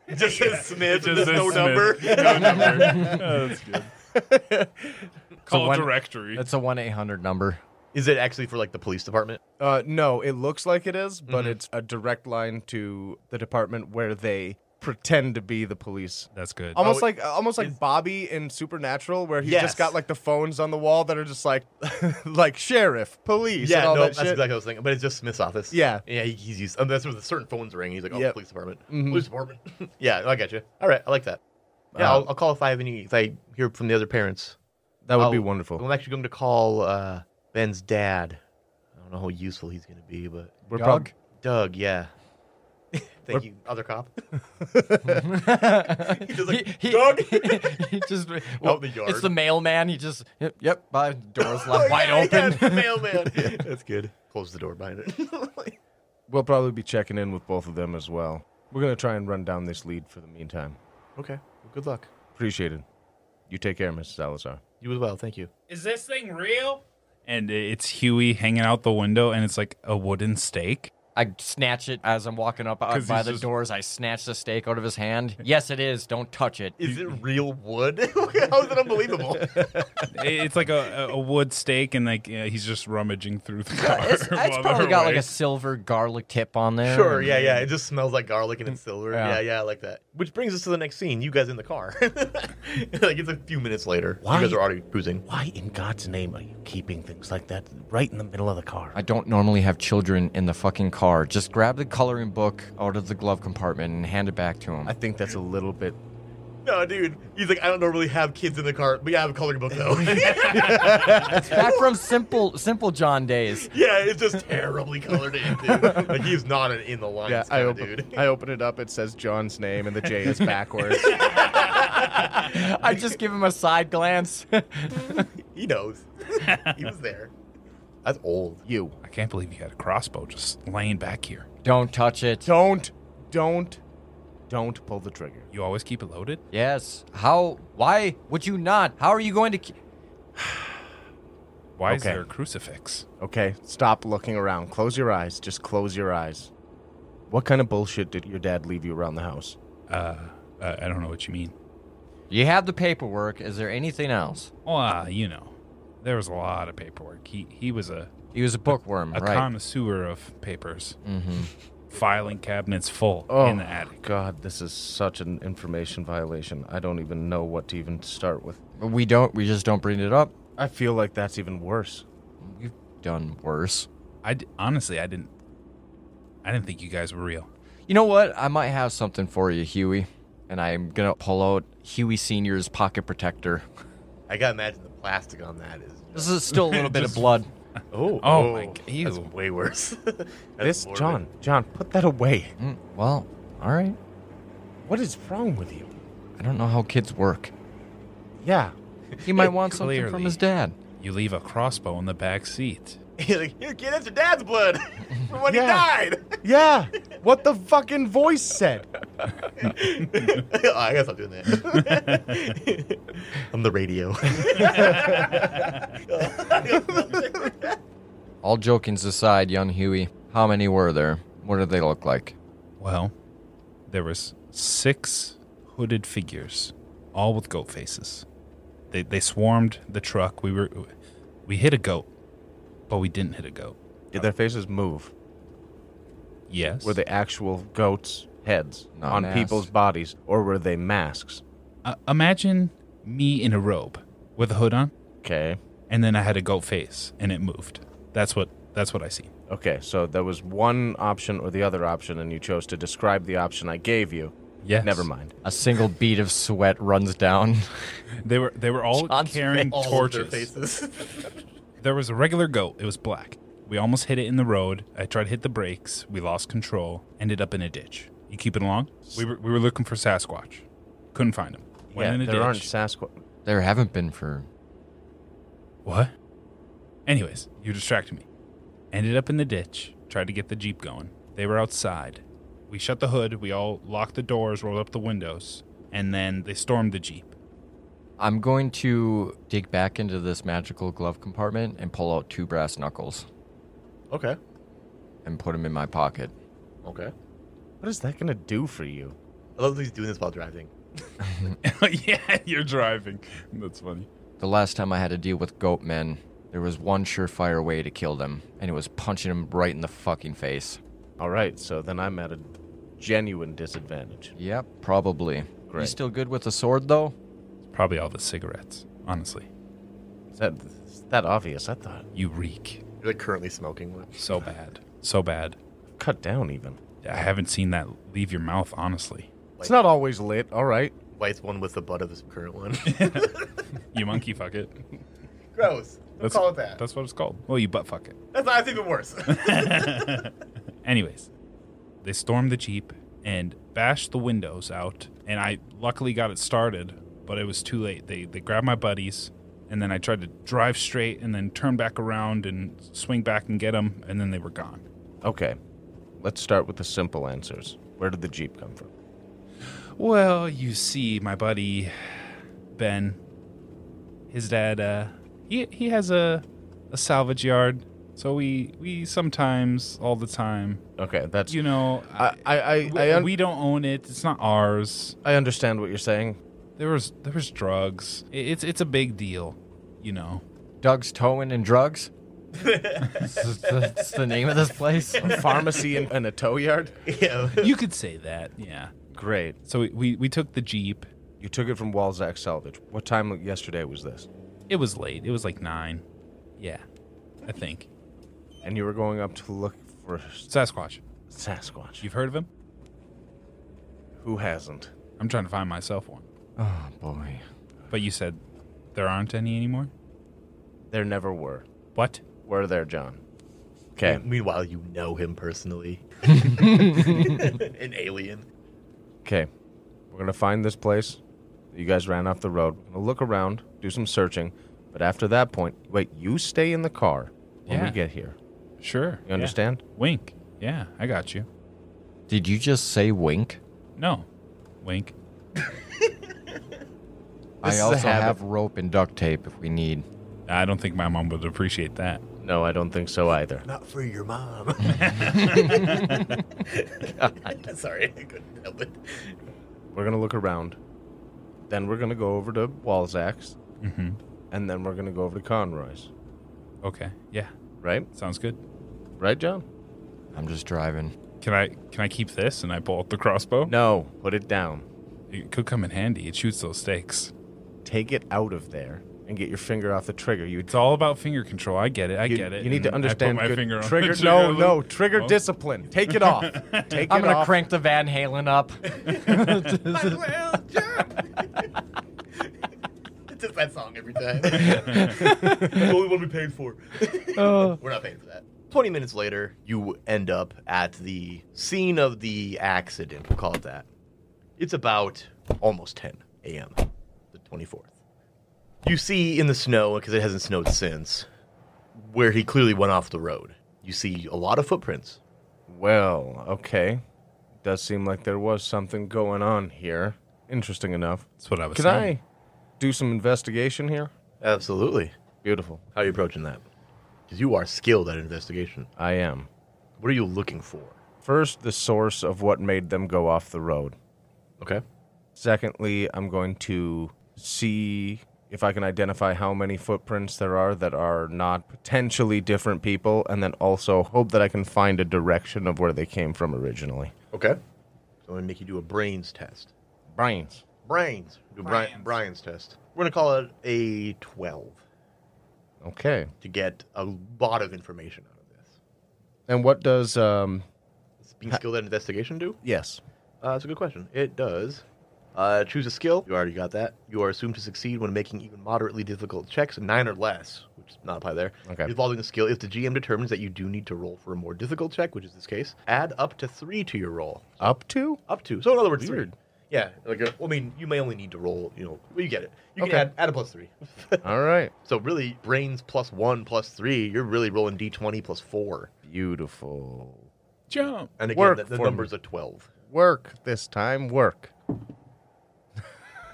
Speaker 1: It just says Smith.
Speaker 4: Just says Smith. Call
Speaker 7: one-
Speaker 4: directory.
Speaker 7: That's a 1 800 number.
Speaker 1: Is it actually for like the police department?
Speaker 2: Uh, no, it looks like it is, but
Speaker 1: Mm-hmm.
Speaker 2: it's a direct line to the department where they pretend to be the police.
Speaker 4: That's good.
Speaker 2: Almost
Speaker 1: Oh,
Speaker 2: like uh, almost like Bobby in Supernatural, where he's
Speaker 1: Yes.
Speaker 2: just got like the phones on the wall that are just like like sheriff, police,
Speaker 1: Yeah,
Speaker 2: and all
Speaker 1: no,
Speaker 2: that
Speaker 1: that's
Speaker 2: shit.
Speaker 1: exactly what I was thinking. But it's just Smith's office.
Speaker 2: Yeah.
Speaker 1: yeah, he, he's used. And that's where the certain phones ring. He's like, oh,
Speaker 2: Yep. Mm-hmm.
Speaker 1: police department, police department. yeah, I got you. All right, I like that. Yeah, I'll, I'll call if I have any. If I hear from the other parents,
Speaker 2: that would be
Speaker 1: I'll-
Speaker 2: wonderful.
Speaker 1: I'm actually going to call uh, Ben's dad. I don't know how useful he's going to be, but
Speaker 2: We're
Speaker 7: Doug?
Speaker 2: prob-
Speaker 1: Doug, yeah. Thank you, other cop. He's just like,
Speaker 7: He-
Speaker 1: Doug.
Speaker 7: he just
Speaker 1: Out oh, the yard. Oh,
Speaker 7: It's the mailman. He just yep, yep by doors left
Speaker 1: Yeah,
Speaker 7: wide
Speaker 1: yeah,
Speaker 7: open.
Speaker 1: it's the mailman. that's good. Close oh, the door behind it.
Speaker 2: We'll probably be checking in with both of them as well. We're gonna try and run down this lead for the meantime.
Speaker 1: okay. Well, good luck.
Speaker 2: Appreciate it. You take care, Mrs. Salazar.
Speaker 1: You as well. Thank you.
Speaker 4: Is this thing real? And it's Huey hanging out the window, and it's like a wooden stake.
Speaker 7: I snatch it as I'm walking up out
Speaker 4: 'Cause
Speaker 7: by
Speaker 4: he's
Speaker 7: the
Speaker 4: just-
Speaker 7: doors. I snatch the steak out of his hand. Yes, it is. Don't touch it.
Speaker 1: Is it real wood? How is it unbelievable?
Speaker 4: it's like a, a- a wood stake, and like uh, he's just rummaging through the car.
Speaker 7: It's, it's
Speaker 4: while
Speaker 7: probably
Speaker 4: they're
Speaker 7: got like
Speaker 4: away.
Speaker 7: a silver garlic tip on there.
Speaker 1: sure, yeah, yeah. It just smells like garlic and it's silver. Yeah.
Speaker 7: Yeah.
Speaker 1: yeah, I like that. Which brings us to the next scene. You guys in the car. like it's a few minutes later.
Speaker 8: Why?
Speaker 1: You guys are already cruising.
Speaker 8: Why in God's name are you keeping things like that right in the middle of the car?
Speaker 7: I don't normally have children in the fucking car. Just grab the coloring book out of the glove compartment and hand it back to him.
Speaker 2: I think that's a little bit.
Speaker 1: No, dude. He's like, I don't normally have kids in the car, but yeah, I have a coloring book though. yeah,
Speaker 7: It's back from simple, simple John days.
Speaker 1: it's just terribly colored in, dude. Like he's not an in the lines
Speaker 2: Yeah,
Speaker 1: kind
Speaker 2: I
Speaker 1: of
Speaker 2: open,
Speaker 1: dude.
Speaker 2: I open it up. It says John's name, and the J is backwards.
Speaker 7: I just give him a side glance.
Speaker 1: He knows. he was there. That's old.
Speaker 2: you
Speaker 4: I can't believe you had a crossbow just laying back here.
Speaker 7: don't touch it.
Speaker 2: don't, don't, don't pull the trigger.
Speaker 4: You always keep it loaded.
Speaker 7: Yes. How? Why would you not? How are you going to? ki-
Speaker 4: Why is
Speaker 2: Okay.
Speaker 4: there a crucifix?
Speaker 2: Okay, stop looking around. Close your eyes. Just close your eyes. What kind of bullshit did your dad leave you around the house?
Speaker 4: Uh, uh, I don't know what you mean.
Speaker 7: You have the paperwork. Is there anything else?
Speaker 4: Well, uh, you know, there was a lot of paperwork. He he was a,
Speaker 7: He was a bookworm,
Speaker 4: a
Speaker 7: right?
Speaker 4: connoisseur of papers. Filing cabinets full
Speaker 2: Mm-hmm. Oh,
Speaker 4: in the attic.
Speaker 2: God, this is such an information violation. I don't even know what to even start with.
Speaker 7: we don't. We just don't bring it up.
Speaker 2: I feel like that's even worse.
Speaker 7: We've done worse.
Speaker 4: I d- honestly, I didn't. I didn't think you guys were real.
Speaker 7: You know what? I might have something for you, Huey. And I'm gonna pull out Huey Senior's pocket protector.
Speaker 1: I gotta imagine the plastic on that is.
Speaker 7: This is still a little bit of blood.
Speaker 1: Oh,
Speaker 4: Oh my
Speaker 1: god,
Speaker 4: g- ew.
Speaker 1: that's way worse. That's
Speaker 2: This,
Speaker 1: morbid.
Speaker 2: John, John, put that away.
Speaker 3: Hmm?
Speaker 7: Mm, well, all right.
Speaker 2: What is wrong with you?
Speaker 7: I don't know how kids work.
Speaker 2: Yeah,
Speaker 7: He might want something from
Speaker 4: Clearly.
Speaker 7: his dad.
Speaker 4: You leave a crossbow in the back seat.
Speaker 1: You're like, here, kid, that's your dad's blood from when
Speaker 2: Yeah.
Speaker 1: he
Speaker 2: yeah. what the fucking voice said?
Speaker 1: died. oh, I gotta stop doing that. I'm the radio.
Speaker 7: All jokings aside, young Huey, how many were there? What did they look like?
Speaker 4: Well, there was six hooded figures, all with goat faces. They they swarmed the truck. We were we hit a goat, but we didn't hit a goat.
Speaker 2: Did their faces move?
Speaker 4: Yes.
Speaker 2: Were they actual goats' heads
Speaker 7: Not
Speaker 2: on
Speaker 7: masks.
Speaker 2: people's bodies, or were they masks?
Speaker 4: Uh, imagine me in a robe with a hood on,
Speaker 2: Okay.
Speaker 4: and then I had a goat face, and it moved. That's what that's what I see.
Speaker 2: Okay, so there was one option or the other option, and you chose to describe the option I gave you.
Speaker 4: Yes.
Speaker 2: Never mind.
Speaker 7: A single bead of sweat runs down.
Speaker 4: They were they were all
Speaker 7: John's
Speaker 4: carrying
Speaker 1: All of their
Speaker 4: torches.
Speaker 1: faces.
Speaker 4: There was a regular goat. It was black. We almost hit it in the road. I tried to hit the brakes. We lost control. Ended up in a ditch. You keeping along? We were, we were looking for Sasquatch. Couldn't find him. Went
Speaker 2: yeah,
Speaker 4: in a
Speaker 2: there
Speaker 4: ditch.
Speaker 2: aren't Sasquatch.
Speaker 7: There haven't been for.
Speaker 4: what? Anyways, you distracted me. Ended up in the ditch. Tried to get the Jeep going. They were outside. We shut the hood. We all locked the doors, rolled up the windows, and then they stormed the Jeep.
Speaker 7: I'm going to dig back into this magical glove compartment and pull out two brass knuckles
Speaker 1: okay.
Speaker 7: and put them in my pocket.
Speaker 1: Okay.
Speaker 2: What is that gonna do for you?
Speaker 1: I love that he's doing this while driving.
Speaker 4: yeah, you're driving. That's funny.
Speaker 7: The last time I had to deal with goat men, there was one surefire way to kill them, and it was punching them right in the fucking face.
Speaker 2: All right, so then I'm at a genuine disadvantage.
Speaker 7: Yep, probably. You
Speaker 2: Great.
Speaker 7: still good with a sword, though?
Speaker 4: It's probably all the cigarettes. Honestly,
Speaker 2: Is that, is that obvious? I thought
Speaker 4: you reek.
Speaker 1: You're like currently smoking one.
Speaker 4: So bad. So bad.
Speaker 2: cut down even.
Speaker 4: I haven't seen that leave your mouth, honestly.
Speaker 2: It's not always lit. All right.
Speaker 1: Bites one with the butt of his current one.
Speaker 4: You monkey fuck it.
Speaker 1: Gross. Don't call it that. That's,
Speaker 4: That's what it's called. Well, you butt fuck it.
Speaker 1: not, that's even worse.
Speaker 4: Anyways, they stormed the Jeep and bashed the windows out, and I luckily got it started, but it was too late. They, they grabbed my buddies, and then I tried to drive straight and then turn back around and swing back and get them, and then they were gone.
Speaker 2: Okay. Let's start with the simple answers. Where did the jeep come from?
Speaker 4: Well, you see, my buddy Ben, his dad, uh, he he has a a salvage yard, so we we sometimes, all the time,
Speaker 2: Okay, that's
Speaker 4: you know,
Speaker 2: I I I,
Speaker 4: we,
Speaker 2: I, un-
Speaker 4: we don't own it. It's not ours.
Speaker 2: I understand what you're saying.
Speaker 4: There was there was drugs. I- It's it's a big deal, you know.
Speaker 7: Doug's Towing and Drugs? That's the- that's the name of this place?
Speaker 2: Pharmacy and, and a tow yard.
Speaker 1: yeah.
Speaker 4: You could say that, yeah.
Speaker 2: Great.
Speaker 4: So we, we we took the jeep.
Speaker 2: You took it from Walzak Salvage. What time yesterday was this?
Speaker 4: It was late. It was like nine. Yeah, I think
Speaker 2: And you were going up to look for
Speaker 4: Sasquatch.
Speaker 2: Sasquatch.
Speaker 4: You've heard of him?
Speaker 2: Who hasn't?
Speaker 4: I'm trying to find myself one.
Speaker 7: Oh, boy.
Speaker 4: But you said there aren't any anymore?
Speaker 2: There never were.
Speaker 4: What?
Speaker 2: Were there, John? Okay.
Speaker 1: Meanwhile, you know him personally. An alien.
Speaker 2: Okay. We're gonna find this place. that You guys ran off the road. We're gonna look around, do some searching, but after that point, wait. You stay in the car when
Speaker 4: Yeah.
Speaker 2: we get here.
Speaker 4: Sure.
Speaker 2: You understand?
Speaker 4: Wink. Yeah, I got you.
Speaker 7: Did you just say wink?
Speaker 4: No. Wink.
Speaker 2: This
Speaker 7: I
Speaker 2: is a
Speaker 7: also
Speaker 2: habit.
Speaker 7: have rope and duct tape if we need.
Speaker 4: I don't think my mom would appreciate that.
Speaker 2: No, I don't think so either.
Speaker 1: Not for your mom. Sorry, I couldn't help it.
Speaker 2: We're gonna look around. Then we're gonna go over to Walzak's, and then we're gonna go over to Conroy's.
Speaker 4: Mm-hmm. Okay. Yeah.
Speaker 2: Right?
Speaker 4: Sounds good.
Speaker 2: Right, John?
Speaker 7: I'm just driving.
Speaker 4: Can I can I keep this and I pull out the crossbow?
Speaker 2: No, put it down.
Speaker 4: It could come in handy. It shoots those stakes.
Speaker 2: Take it out of there and get your finger off the trigger. You
Speaker 4: It's all about finger control. I get it. I
Speaker 2: you,
Speaker 4: get it.
Speaker 2: You need to
Speaker 4: And I put
Speaker 2: understand
Speaker 4: my
Speaker 2: good
Speaker 4: finger on the
Speaker 2: trigger.
Speaker 4: trigger
Speaker 2: no,
Speaker 4: loop.
Speaker 2: no, trigger
Speaker 4: Well,
Speaker 2: discipline. Take it off. Take
Speaker 7: I'm
Speaker 2: it
Speaker 7: gonna
Speaker 2: off.
Speaker 7: crank the Van Halen up.
Speaker 1: It's just that song every time. That's the only one we paid for. We're not paying for that. 20 minutes later, you end up at the scene of the accident. We'll call it that. It's about almost 10 a.m., the 24th. You see in the snow, because it hasn't snowed since, where he clearly went off the road. You see a lot of footprints.
Speaker 2: Well, okay. Does seem like there was something going on here. Interesting enough.
Speaker 4: That's what I was
Speaker 2: Can
Speaker 4: saying.
Speaker 2: I do some investigation here?
Speaker 1: Absolutely.
Speaker 2: Beautiful.
Speaker 1: How are you approaching that? Because you are skilled at investigation.
Speaker 2: I am.
Speaker 1: What are you looking for?
Speaker 2: First, the source of what made them go off the road.
Speaker 1: Okay.
Speaker 2: Secondly, I'm going to see if I can identify how many footprints there are that are not potentially different people, and then also hope that I can find a direction of where they came from originally.
Speaker 1: Okay. So I'm going to make you do a brains test.
Speaker 2: Brains.
Speaker 1: Brains. Do Bri- Brian's test. We're going to call it a 12
Speaker 2: Okay.
Speaker 1: to get a lot of information out of this.
Speaker 2: And what does um?
Speaker 1: Does being skilled at investigation do?
Speaker 2: Yes.
Speaker 1: Uh, that's a good question. It does. Uh, choose a skill. You already got that. You are assumed to succeed when making even moderately difficult checks, nine or less, which does not apply there.
Speaker 2: Okay.
Speaker 1: Involving the skill, if the GM determines that you do need to roll for a more difficult check, which is this case, add up to three to your roll.
Speaker 2: Up to?
Speaker 1: Up to. So in other words,
Speaker 2: Weird.
Speaker 1: three. Yeah. Like, uh, well, I mean, you may only need to roll. You know, well, you get it. You
Speaker 2: Okay.
Speaker 1: can add, add a plus three.
Speaker 2: All right.
Speaker 1: So really, brains plus one plus three. You're really rolling d20 plus four.
Speaker 2: Beautiful.
Speaker 4: Jump.
Speaker 1: And again,
Speaker 2: Work
Speaker 1: the, the
Speaker 2: for me.
Speaker 1: number's a twelve.
Speaker 2: Work this time. Work.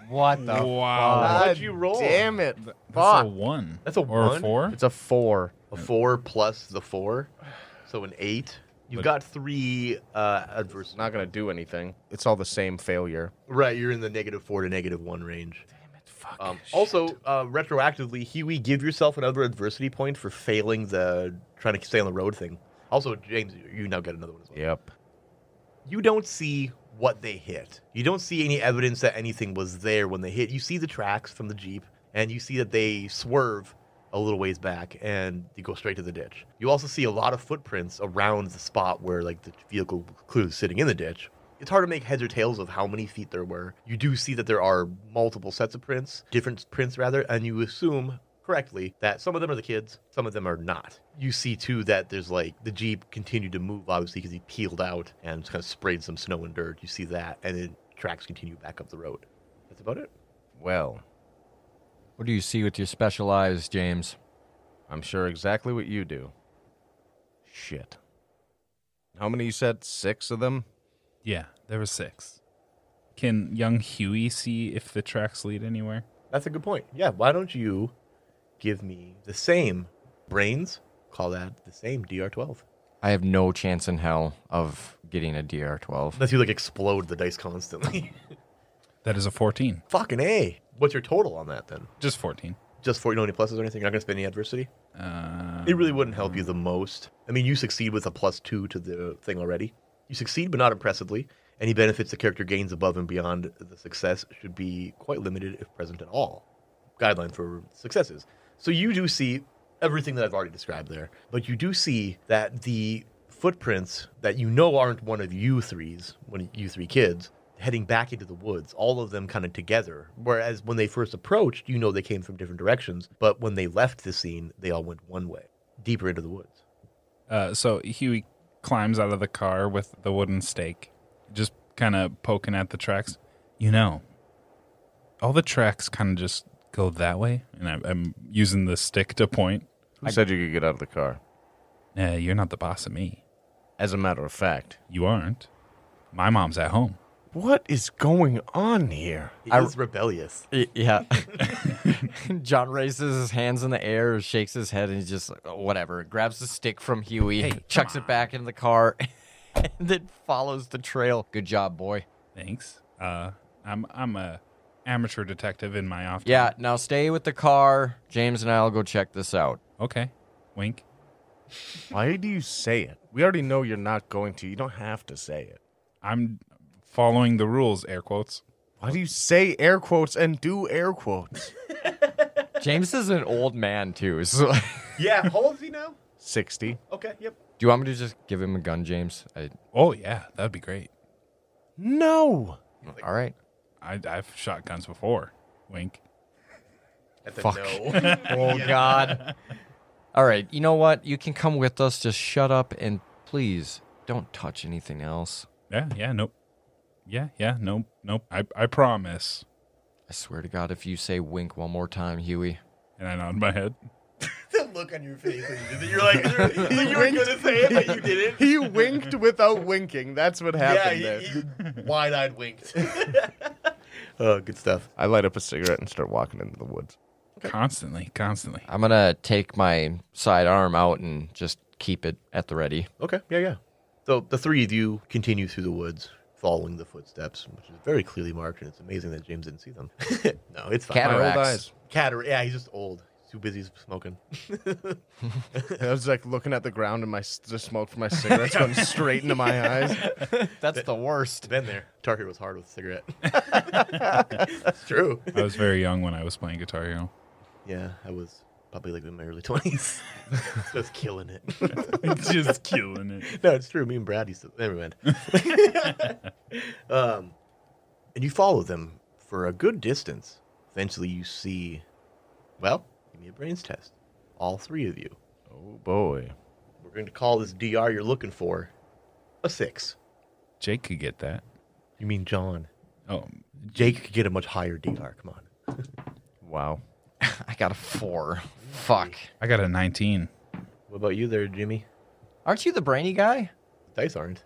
Speaker 7: What the?
Speaker 4: Wow.
Speaker 1: What'd you roll?
Speaker 2: Damn it.
Speaker 4: That's
Speaker 2: Fuck.
Speaker 4: a one.
Speaker 1: That's a
Speaker 4: or
Speaker 1: one?
Speaker 4: a four.
Speaker 2: It's a four.
Speaker 1: A four plus the four, so an eight. You've got three uh, adverse.
Speaker 2: Not gonna do anything. It's all the same failure.
Speaker 1: Right, you're in the negative four to negative one range. Damn it, fuck. Um, also, uh, retroactively, Huey, give yourself another adversity point for failing the trying to stay on the road thing. Also, James, you now get another one as well.
Speaker 2: Yep.
Speaker 1: you don't see what they hit. You don't see any evidence that anything was there when they hit. You see the tracks from the Jeep, and you see that they swerve a little ways back and they go straight to the ditch. You also see a lot of footprints around the spot where like the vehicle clearly sitting in the ditch. It's hard to make heads or tails of how many feet there were. You do see that there are multiple sets of prints, different prints rather, and you assume correctly that some of them are the kids, some of them are not. You see too that there's like the Jeep continued to move obviously because he peeled out and kind of sprayed some snow and dirt. You see that, and then tracks continue back up the road. That's about it.
Speaker 2: Well,
Speaker 7: What do you see with your special eyes, James?
Speaker 2: I'm sure exactly what you do. Shit. How many you said? Six of them?
Speaker 4: Yeah, there were six. Can young Huey see if the tracks lead anywhere?
Speaker 1: That's a good point. Yeah, why don't you give me the same brains? Call that the same DR12.
Speaker 7: I have no chance in hell of getting a DR12.
Speaker 1: Unless you like explode the dice constantly.
Speaker 4: That is a fourteen.
Speaker 1: Fucking A. What's your total on that then?
Speaker 4: Just fourteen.
Speaker 1: Just for you know any pluses or anything? You're not gonna spend any adversity?
Speaker 4: Uh,
Speaker 1: It really wouldn't help you the most. I mean, you succeed with a plus two to the thing already. You succeed, but not impressively. Any benefits the character gains above and beyond the success should be quite limited, if present at all. Guideline for successes. So you do see everything that I've already described there, but you do see that the footprints that you know aren't one of you threes, one of you three kids, heading back into the woods, all of them kind of together. Whereas when they first approached, you know they came from different directions, but when they left the scene, they all went one way, deeper into the woods.
Speaker 4: uh, so Huey climbs out of the car with the wooden stake, just kind of poking at the tracks. You know, all the tracks kind of just go that way, and I'm, I'm using the stick to point.
Speaker 2: Who said you could get out of the car?
Speaker 4: Uh, you're not the boss of me.
Speaker 2: As a matter of fact.
Speaker 4: You aren't. My mom's at home.
Speaker 2: What is going on here?
Speaker 1: He is rebellious.
Speaker 7: yeah. John raises his hands in the air, shakes his head, and he's just like, "Oh, whatever. Grabs the stick from Huey, chucks it back in the car, and then follows the trail. Good job, boy.
Speaker 4: Thanks. Uh, I'm I'm a amateur detective in my off.
Speaker 7: Yeah, now stay with the car. James and I'll go check this out.
Speaker 4: Okay. Wink.
Speaker 2: Why do you say it? We already know you're not going to. You don't have to say it.
Speaker 4: I'm following the rules. Air quotes.
Speaker 2: Why do you say air quotes and do air quotes?
Speaker 7: James is an old man too. So
Speaker 1: Yeah, how old is he now?
Speaker 2: 60.
Speaker 1: Okay, yep.
Speaker 7: Do you want me to just give him a gun, James? I,
Speaker 4: Oh yeah, that'd be great.
Speaker 2: No.
Speaker 7: all right.
Speaker 4: I, I've shot guns before. Wink.
Speaker 1: That's
Speaker 7: Fuck.
Speaker 1: A no.
Speaker 7: Oh God. All right. You know what? You can come with us. Just shut up and please don't touch anything else.
Speaker 4: Yeah. Yeah. Nope. Yeah. Yeah. Nope. Nope. I I promise.
Speaker 7: I swear to God, if you say wink one more time, Huey.
Speaker 4: And I nod my head.
Speaker 1: the look on your face. when you did that, You're like, you're, you were gonna say it, but you didn't.
Speaker 2: He winked without winking. That's what
Speaker 1: Yeah,
Speaker 2: happened there.
Speaker 1: he, he wide-eyed winked. oh, good stuff.
Speaker 2: I light up a cigarette and start walking into the woods.
Speaker 4: Constantly. Constantly.
Speaker 7: I'm gonna take my side arm out and just keep it at the ready.
Speaker 1: Okay, yeah, yeah. So the three of you continue through the woods, following the footsteps, which is very clearly marked, and it's amazing that James didn't see them. no, it's fine.
Speaker 7: Cataracts.
Speaker 2: old eyes.
Speaker 1: Catar- yeah, he's just old. He's too busy smoking.
Speaker 2: I was like looking at the ground and my s- the smoke from my cigarette's going straight into my eyes.
Speaker 3: That's the worst.
Speaker 1: Been there. Target was hard with a cigarette. That's true.
Speaker 4: I was very young when I was playing Guitar Hero.
Speaker 1: Yeah, I was probably like in my early twenties, just killing it.
Speaker 4: Just killing it.
Speaker 1: no, it's true. Me and Brad used to. Never mind. um, and you follow them for a good distance. Eventually, you see. Well, give me a brains test. All three of you.
Speaker 2: Oh boy.
Speaker 1: We're going to call this DR you're looking for a six.
Speaker 4: Jake could get that.
Speaker 1: You mean John?
Speaker 4: Oh,
Speaker 1: Jake could get a much higher DR. Come on.
Speaker 2: Wow.
Speaker 7: I got a four. Fuck.
Speaker 4: I got a 19.
Speaker 1: What about you there, Jimmy?
Speaker 7: Aren't you the brainy guy?
Speaker 1: Dice aren't.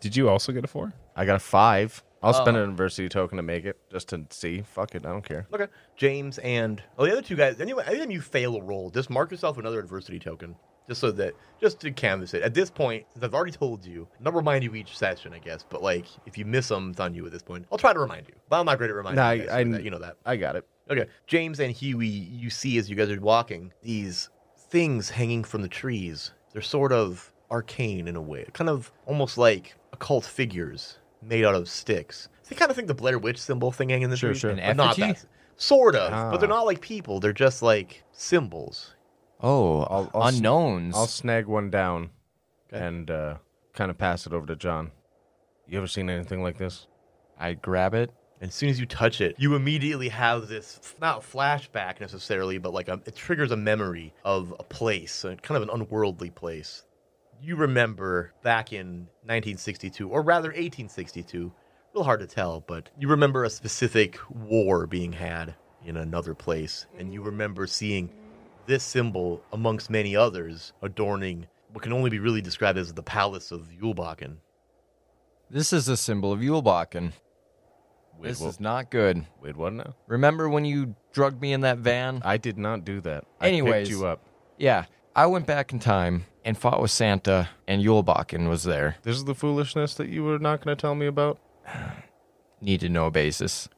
Speaker 4: Did you also get a four?
Speaker 2: I got a five. I'll spend an adversity token to make it just to see. Fuck it. I don't care.
Speaker 1: Okay. James and oh, the other two guys. Anyway, anytime you fail a roll, just mark yourself another adversity token, just so that just to canvas it. At this point, since I've already told you, and I'll remind you each session, I guess. But like, if you miss them, it's on you at this point. I'll try to remind you, but I'm not great at reminding.
Speaker 2: Nah,
Speaker 1: you, guys,
Speaker 2: I-
Speaker 1: so
Speaker 2: I-
Speaker 1: that- you know that.
Speaker 2: I got it.
Speaker 1: Okay. James and Huey, you see as you guys are walking these things hanging from the trees. They're sort of arcane in a way, kind of almost like occult figures made out of sticks. They kind of think the Blair Witch symbol thing hanging in the
Speaker 2: Sure,
Speaker 1: trees,
Speaker 2: sure. An
Speaker 1: but not
Speaker 7: effigy?
Speaker 1: that. Sort of,
Speaker 2: Ah.
Speaker 1: but they're not like people. They're just like symbols.
Speaker 7: Oh,
Speaker 2: I'll- I'll s-
Speaker 7: unknowns.
Speaker 2: I'll snag one down
Speaker 1: Okay.
Speaker 2: and uh, kind of pass it over to John. You ever seen anything like this?
Speaker 7: I grab it.
Speaker 1: And as soon as you touch it, you immediately have this f- not flashback necessarily, but like a, it triggers a memory of a place, a, kind of an unworldly place. You remember back in 1962, or rather 1862, real hard to tell, but you remember a specific war being had in another place, and you remember seeing this symbol amongst many others adorning what can only be really described as the palace of Yulbakken.
Speaker 7: This is a symbol of Yulbakken.
Speaker 2: Wait,
Speaker 7: this
Speaker 2: what-
Speaker 7: is not good.
Speaker 2: Wait, what now?
Speaker 7: Remember when you drugged me in that van?
Speaker 2: I did not do that. I
Speaker 7: Anyways.
Speaker 2: picked you up.
Speaker 7: Yeah, I went back in time and fought with Santa, and Yulbakken was there.
Speaker 2: This is the foolishness that you were not going to tell me about.
Speaker 7: Need to know basis.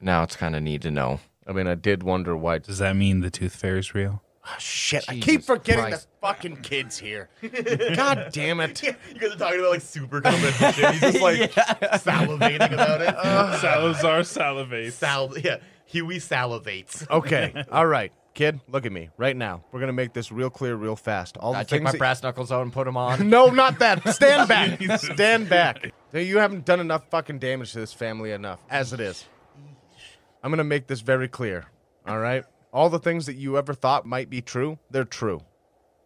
Speaker 7: Now it's kind of need to know.
Speaker 2: I mean, I did wonder why.
Speaker 4: Does that mean the tooth fairy's real?
Speaker 2: Shit! I keep
Speaker 7: Jesus
Speaker 2: forgetting
Speaker 7: Christ.
Speaker 2: the fucking kids here. God damn it!
Speaker 1: You guys are talking about like super competition. He's just like salivating about it.
Speaker 4: Salazar salivates.
Speaker 1: Sal, yeah, Huey salivates.
Speaker 2: Okay, all right, kid. Look at me right now. We're gonna make this real clear, real fast. All the
Speaker 7: I take
Speaker 2: things
Speaker 7: my
Speaker 2: that-
Speaker 7: brass knuckles out and put them on.
Speaker 2: No, not that. Stand back. Stand back. You haven't done enough fucking damage to this family enough, as it is. I'm going to make this very clear. All right? All the things that you ever thought might be true, they're true.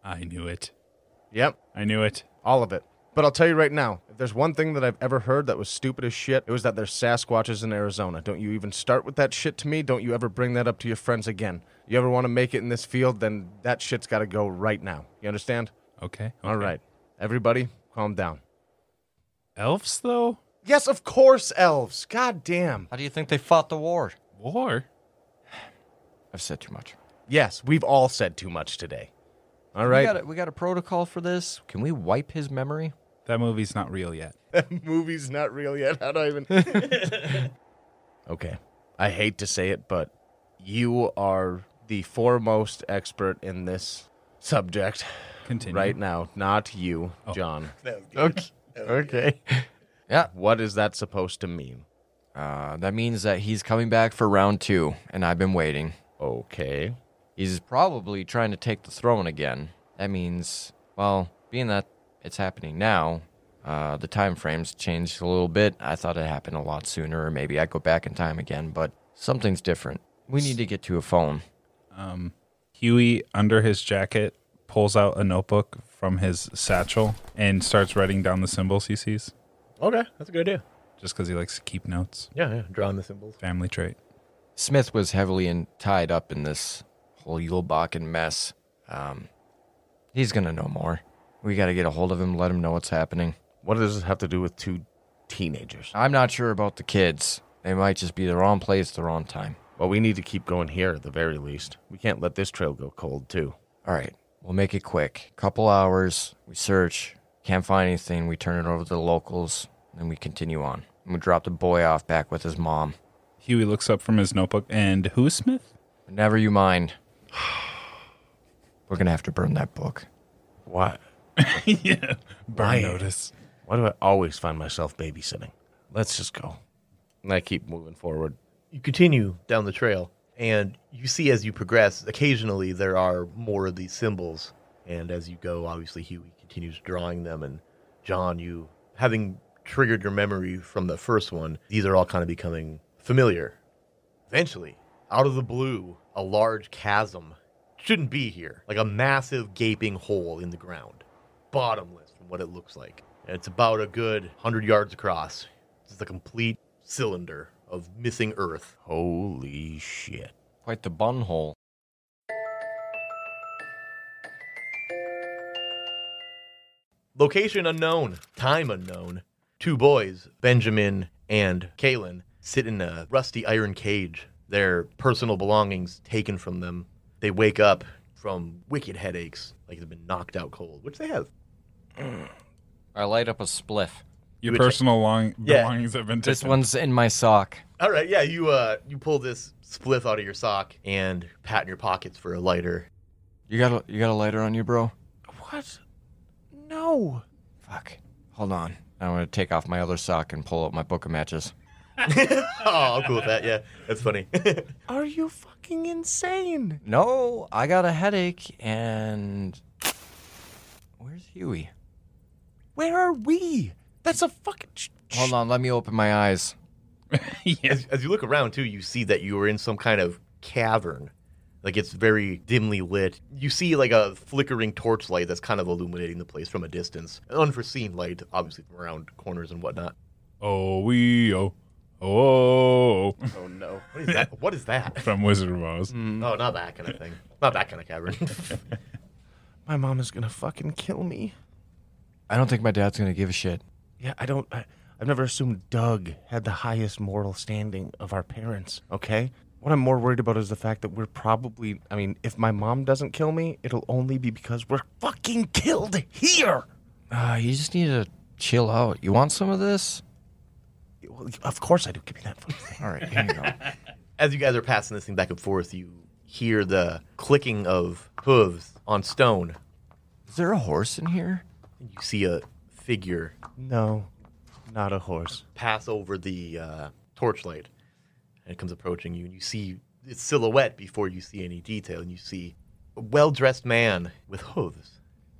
Speaker 4: I knew it.
Speaker 2: Yep,
Speaker 4: I knew it.
Speaker 2: all of it. But I'll tell you right now, if there's one thing that I've ever heard that was stupid as shit, it was that there's Sasquatches in Arizona. Don't you even start with that shit to me. Don't you ever bring that up to your friends again. You ever want to make it in this field, then that shit's got to go right now. You understand?
Speaker 4: Okay.
Speaker 2: All right. Everybody, calm down.
Speaker 4: Elves, though?
Speaker 2: Yes, of course, elves. God damn.
Speaker 7: How do you think they fought the war?
Speaker 4: War?
Speaker 7: I've said too much.
Speaker 2: Yes, we've all said too much today. All
Speaker 7: We
Speaker 2: right.
Speaker 7: got a, we got a protocol for this. Can we wipe his memory?
Speaker 4: That movie's not real yet.
Speaker 2: movie's not real yet. How do I even? okay. I hate to say it, but you are the foremost expert in this subject
Speaker 4: Continue.
Speaker 2: right now. Not you, John.
Speaker 1: That was good.
Speaker 2: Oh. Okay. Okay.
Speaker 7: Yeah.
Speaker 2: What is that supposed to mean?
Speaker 7: Uh, that means that he's coming back for round two, and I've been waiting.
Speaker 2: Okay.
Speaker 7: He's probably trying to take the throne again. That means, well, being that it's happening now, uh, the time frames changed a little bit. I thought it happened a lot sooner, or maybe I go back in time again, but something's different. We need to get to a phone.
Speaker 4: Huey, under his jacket, pulls out a notebook from his satchel and starts writing down the symbols he sees
Speaker 1: Okay, that's a good idea.
Speaker 4: just because he likes to keep notes.
Speaker 1: Yeah, yeah. Drawing the symbols.
Speaker 4: Family trait.
Speaker 7: Smith was heavily in, tied up in this whole Yulbakken mess. Um, he's gonna know more. We gotta get a hold of him, let him know what's happening.
Speaker 2: What does this have to do with two teenagers?
Speaker 7: I'm not sure about the kids. They might just be the wrong place, the wrong time.
Speaker 2: Well, we need to keep going here at the very least. We can't let this trail go cold, too.
Speaker 7: All right, we'll make it quick. Couple hours, we search, can't find anything, we turn it over to the locals, then we continue on. And we drop the boy off back with his mom.
Speaker 4: Huey looks up from his notebook and who's Smith?
Speaker 7: But never you mind. We're gonna have to burn that book.
Speaker 2: Why?
Speaker 4: yeah. Burn
Speaker 2: Why?
Speaker 4: notice.
Speaker 2: Why do I always find myself babysitting? Let's just go. And I keep moving forward.
Speaker 1: you continue down the trail and you see as you progress occasionally there are more of these symbols and as you go obviously huey continues drawing them and john you having triggered your memory from the first one these are all kind of becoming familiar eventually out of the blue a large chasm shouldn't be here like a massive gaping hole in the ground bottomless from what it looks like. And it's about a good 100 yards across. It's a complete cylinder of missing earth.
Speaker 2: Holy shit.
Speaker 7: Quite the bunhole.
Speaker 1: Location unknown, time unknown. Two boys, Benjamin and Kalen, sit in a rusty iron cage, their personal belongings taken from them. They wake up from wicked headaches, like they've been knocked out cold, which they have.
Speaker 7: I light up a spliff.
Speaker 4: Your
Speaker 1: would-
Speaker 4: personal long-
Speaker 1: Yeah.
Speaker 4: belongings have been taken.
Speaker 7: This one's in my sock.
Speaker 1: All right, yeah, you uh, you pull this spliff out of your sock and pat in your pockets for a lighter.
Speaker 7: You got a you got a lighter on you, bro?
Speaker 2: What? No.
Speaker 7: Fuck. Hold on. I'm gonna take off my other sock and pull out my book of matches.
Speaker 1: oh, I'm cool with that. Yeah, that's funny.
Speaker 2: Are you fucking insane?
Speaker 7: No, I got a headache and where's Huey?
Speaker 2: Where are we? That's a fucking. Sh-
Speaker 7: Hold on, let me open my eyes.
Speaker 4: yeah.
Speaker 1: as, as you look around too, you see that you are in some kind of cavern. Like it's very dimly lit. You see like a flickering torchlight that's kind of illuminating the place from a distance. An unforeseen light, obviously from around corners and whatnot.
Speaker 4: Oh, we, oh, oh, oh,
Speaker 2: Oh no.
Speaker 1: What is that? what is that?
Speaker 4: from Wizard of Oz.
Speaker 1: Oh, not that kind of thing. Not that kind of cavern.
Speaker 2: My mom is gonna fucking kill me.
Speaker 7: I don't think my dad's gonna give a shit.
Speaker 2: Yeah, I don't. I, I've never assumed Doug had the highest moral standing of our parents, okay? What I'm more worried about is the fact that we're probably. I mean, if my mom doesn't kill me, it'll only be because we're fucking killed here!
Speaker 7: Uh, you just need to chill out. You want some of this?
Speaker 2: Well, Of course I do. Give me that fucking thing.
Speaker 7: All right, here you go.
Speaker 1: as you guys are passing this thing back and forth, you hear the clicking of hooves on stone.
Speaker 7: Is there a horse in here?
Speaker 1: You see a figure
Speaker 2: No, not a horse.
Speaker 1: pass over the uh, torchlight and it comes approaching you and you see its silhouette before you see any detail and you see a well-dressed man with hooves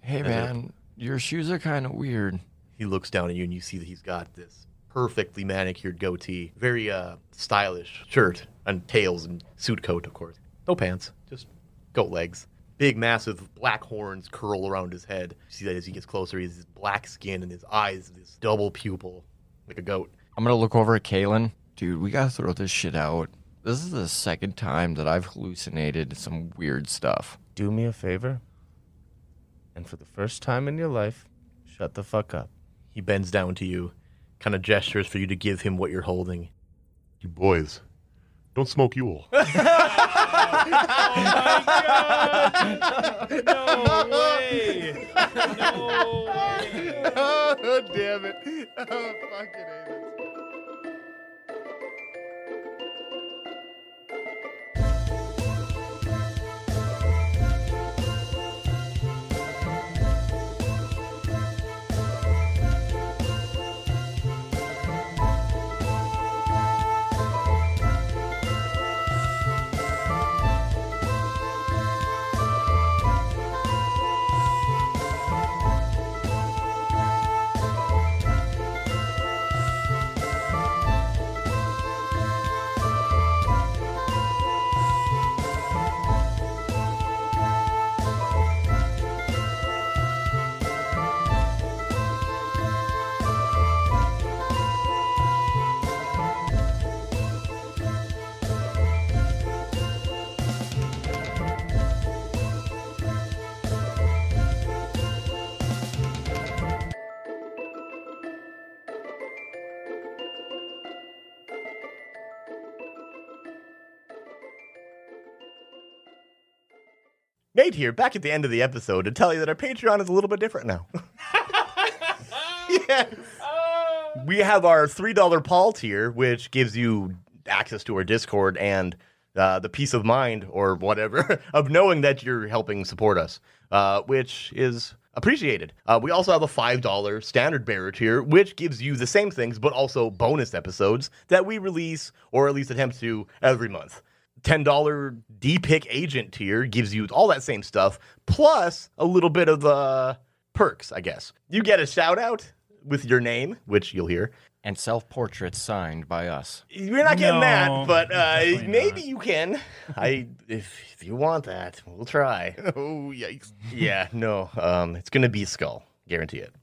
Speaker 7: Hey, man, your shoes are kind of weird.
Speaker 1: he looks down at you and you see that he's got this perfectly manicured goatee very uh, stylish shirt and tails and suit coat of course no pants just goat legs big massive black horns curl around his head you see that as he gets closer he has this black skin and his eyes this double pupil like a goat
Speaker 7: I'm gonna look over at Kalen. Dude, we gotta throw this shit out. This is the second time that I've hallucinated some weird stuff.
Speaker 2: Do me a favor. And for the first time in your life, shut the fuck up.
Speaker 1: He bends down to you, kind of gestures for you to give him what you're holding. You boys, don't smoke Yule.
Speaker 2: Damn it. Oh, fucking
Speaker 1: Nate here, back at the end of the episode, to tell you that our Patreon is a little bit different now. yes. We have our $3 Paul tier, which gives you access to our Discord and uh, the peace of mind or whatever of knowing that you're helping support us, uh, which is appreciated. Uh, we also have a $5 standard bearer tier, which gives you the same things, but also bonus episodes that we release or at least attempt to every month. $10 D pick agent tier gives you all that same stuff, plus a little bit of the perks, I guess. You get a shout out with your name, which you'll hear.
Speaker 7: And self portraits signed by us.
Speaker 1: We're not getting
Speaker 4: No,
Speaker 1: that, but uh,
Speaker 4: definitely
Speaker 1: maybe
Speaker 4: not.
Speaker 1: you can. I if, if you want that, we'll try. Oh yikes! yeah, no, um, it's gonna be skull, guarantee it.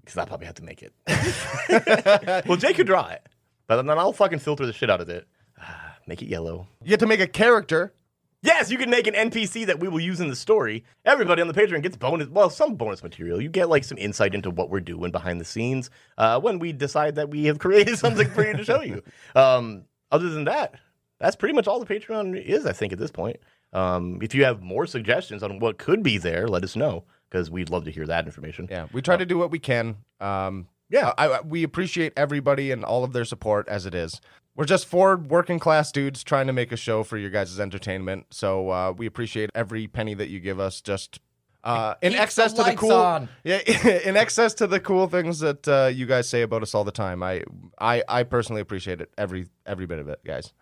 Speaker 1: Because I probably have to make it. well, Jake could draw it, but then I'll fucking filter the shit out of it. Ah, Make it yellow.
Speaker 2: You get to make a character.
Speaker 1: Yes, you can make an NPC that we will use in the story. Everybody on the Patreon gets bonus, well, some bonus material. You get like some insight into what we're doing behind the scenes uh, when we decide that we have created something for you to show you. Um, other than that, that's pretty much all the Patreon is, I think, at this point. Um, if you have more suggestions on what could be there, let us know because we'd love to hear that information.
Speaker 2: Yeah, we try to do what we can. Um,
Speaker 1: Yeah.
Speaker 2: I, I- we appreciate everybody and all of their support as it is. We're just four working class dudes trying to make a show for your guys' entertainment. So uh, we appreciate every penny that you give us. Just uh, in
Speaker 3: Keep
Speaker 2: excess
Speaker 3: the
Speaker 2: to the
Speaker 3: lights
Speaker 2: cool,
Speaker 3: on.
Speaker 2: yeah, in excess to the cool things that uh, you guys say about us all the time. I, I, I personally appreciate it every every bit of it, guys.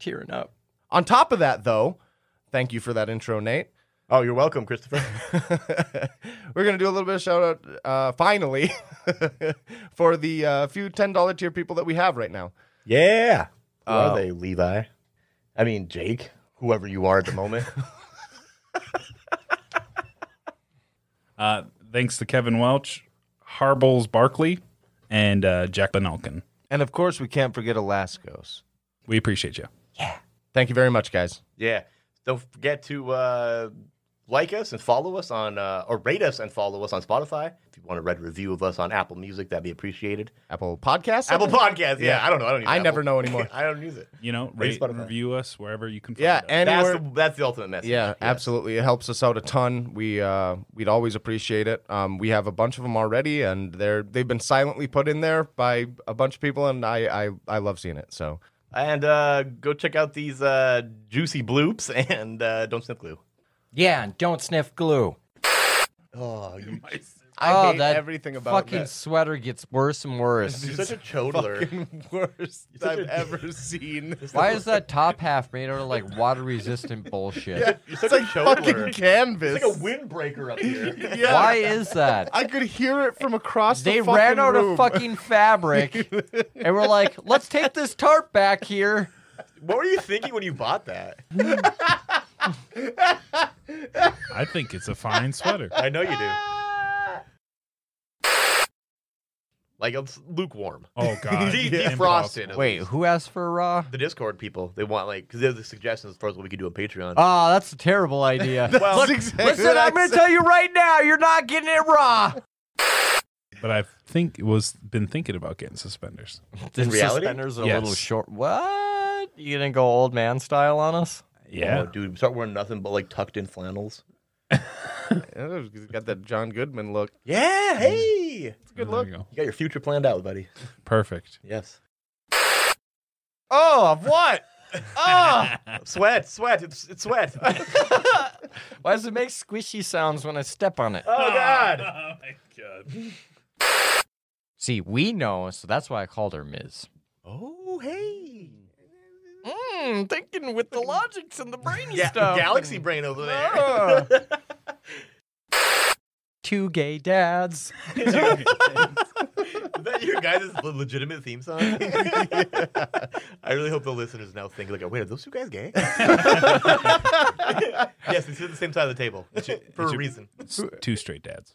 Speaker 7: Tearing up.
Speaker 2: On top of that, though, thank you for that intro, Nate.
Speaker 1: Oh, you're welcome, Christopher.
Speaker 2: We're gonna do a little bit of shout out, uh, finally, for the uh, few ten dollar tier people that we have right now.
Speaker 1: yeah. Who
Speaker 2: Uh,
Speaker 1: are they, Levi? I mean, Jake, whoever you are at the moment.
Speaker 4: Uh, thanks to Kevin Welch, Harbles Barkley, and uh, Jack Benalkin.
Speaker 2: And of course, we can't forget Alaskos.
Speaker 4: We appreciate you.
Speaker 2: Thank you very much, guys.
Speaker 1: Yeah. Don't forget to uh, like us and follow us on, uh, or rate us and follow us on Spotify. If you want a red review of us on Apple Music, that'd be appreciated.
Speaker 2: Apple Podcasts.
Speaker 1: Apple Podcast, yeah. I don't know. I don't. Use
Speaker 2: I
Speaker 1: Apple.
Speaker 2: never know anymore.
Speaker 1: I don't use it.
Speaker 4: You know,
Speaker 1: Thanks,
Speaker 4: rate,
Speaker 1: Spotify.
Speaker 4: review us wherever you can. Find
Speaker 2: Yeah,
Speaker 4: us.
Speaker 2: anywhere.
Speaker 1: That's the, that's the ultimate message.
Speaker 2: Yeah,
Speaker 1: Yes.
Speaker 2: absolutely. It helps us out a ton. We uh, we'd always appreciate it. Um, we have a bunch of them already, and they're they've been silently put in there by a bunch of people, and I I, I love seeing it. So
Speaker 1: And uh, go check out these uh, juicy bloops and uh, don't sniff glue.
Speaker 7: Yeah, and don't sniff glue.
Speaker 1: Oh, you,
Speaker 2: I
Speaker 3: oh,
Speaker 2: hate
Speaker 3: that
Speaker 2: everything about
Speaker 3: fucking
Speaker 2: that.
Speaker 3: sweater gets worse and worse.
Speaker 1: you're such a chodler.
Speaker 2: worst
Speaker 1: such a-
Speaker 2: ever seen.
Speaker 3: Why is that top half made out of like water resistant bullshit?
Speaker 1: You're such a
Speaker 2: fucking
Speaker 1: chodler.
Speaker 2: canvas?
Speaker 1: It's like a windbreaker up here.
Speaker 2: yeah.
Speaker 3: Why is that?
Speaker 2: I could hear it from across
Speaker 3: they
Speaker 2: the fucking
Speaker 3: ran out
Speaker 2: room.
Speaker 3: of fucking fabric and we're like, let's take this tarp back here.
Speaker 1: what were you thinking when you bought that?
Speaker 4: I think it's a fine sweater.
Speaker 1: I know you do. Like it's lukewarm.
Speaker 4: Oh God,
Speaker 1: De-
Speaker 4: Impossible.
Speaker 1: defrosted. at
Speaker 3: Wait,
Speaker 1: least.
Speaker 3: who asked for a raw?
Speaker 1: the Discord people they want like because they're the suggestions as far as what we could do on Patreon.
Speaker 7: Oh,
Speaker 3: Ah, that's a terrible idea.
Speaker 1: well,
Speaker 2: That's exactly
Speaker 3: Listen,
Speaker 2: what I
Speaker 3: I'm going to
Speaker 2: said.
Speaker 3: tell you right now, you're not getting it raw.
Speaker 4: But I think it was been thinking about getting suspenders.
Speaker 7: Did
Speaker 1: reality?
Speaker 7: suspenders a
Speaker 4: Yes.
Speaker 7: little short? What? You gonna go old man style on us?
Speaker 1: oh, dude, start wearing nothing but like tucked in flannels.
Speaker 2: Yeah, he's got that John Goodman look.
Speaker 1: Yeah, hey,
Speaker 4: good luck. You go.
Speaker 1: you got your future planned out, buddy.
Speaker 4: Perfect.
Speaker 1: Yes.
Speaker 2: Oh, of what?
Speaker 3: Ah.
Speaker 1: sweat, sweat, it's, it's sweat. oh
Speaker 7: Why does it make squishy sounds when I step on it?
Speaker 1: Oh, God.
Speaker 4: my God.
Speaker 3: See, we know, so that's why I called her Ms.
Speaker 1: Oh hey.
Speaker 7: Mmm, thinking with the logics and the brain
Speaker 1: Yeah,
Speaker 7: stuff.
Speaker 1: galaxy brain over there.
Speaker 7: Ah. Two gay dads.
Speaker 1: Is that your guys' le- legitimate theme song? I really hope the listeners now think like, wait, are those two guys gay? yes, they sit at the same side of the table for a reason.
Speaker 4: Two straight dads.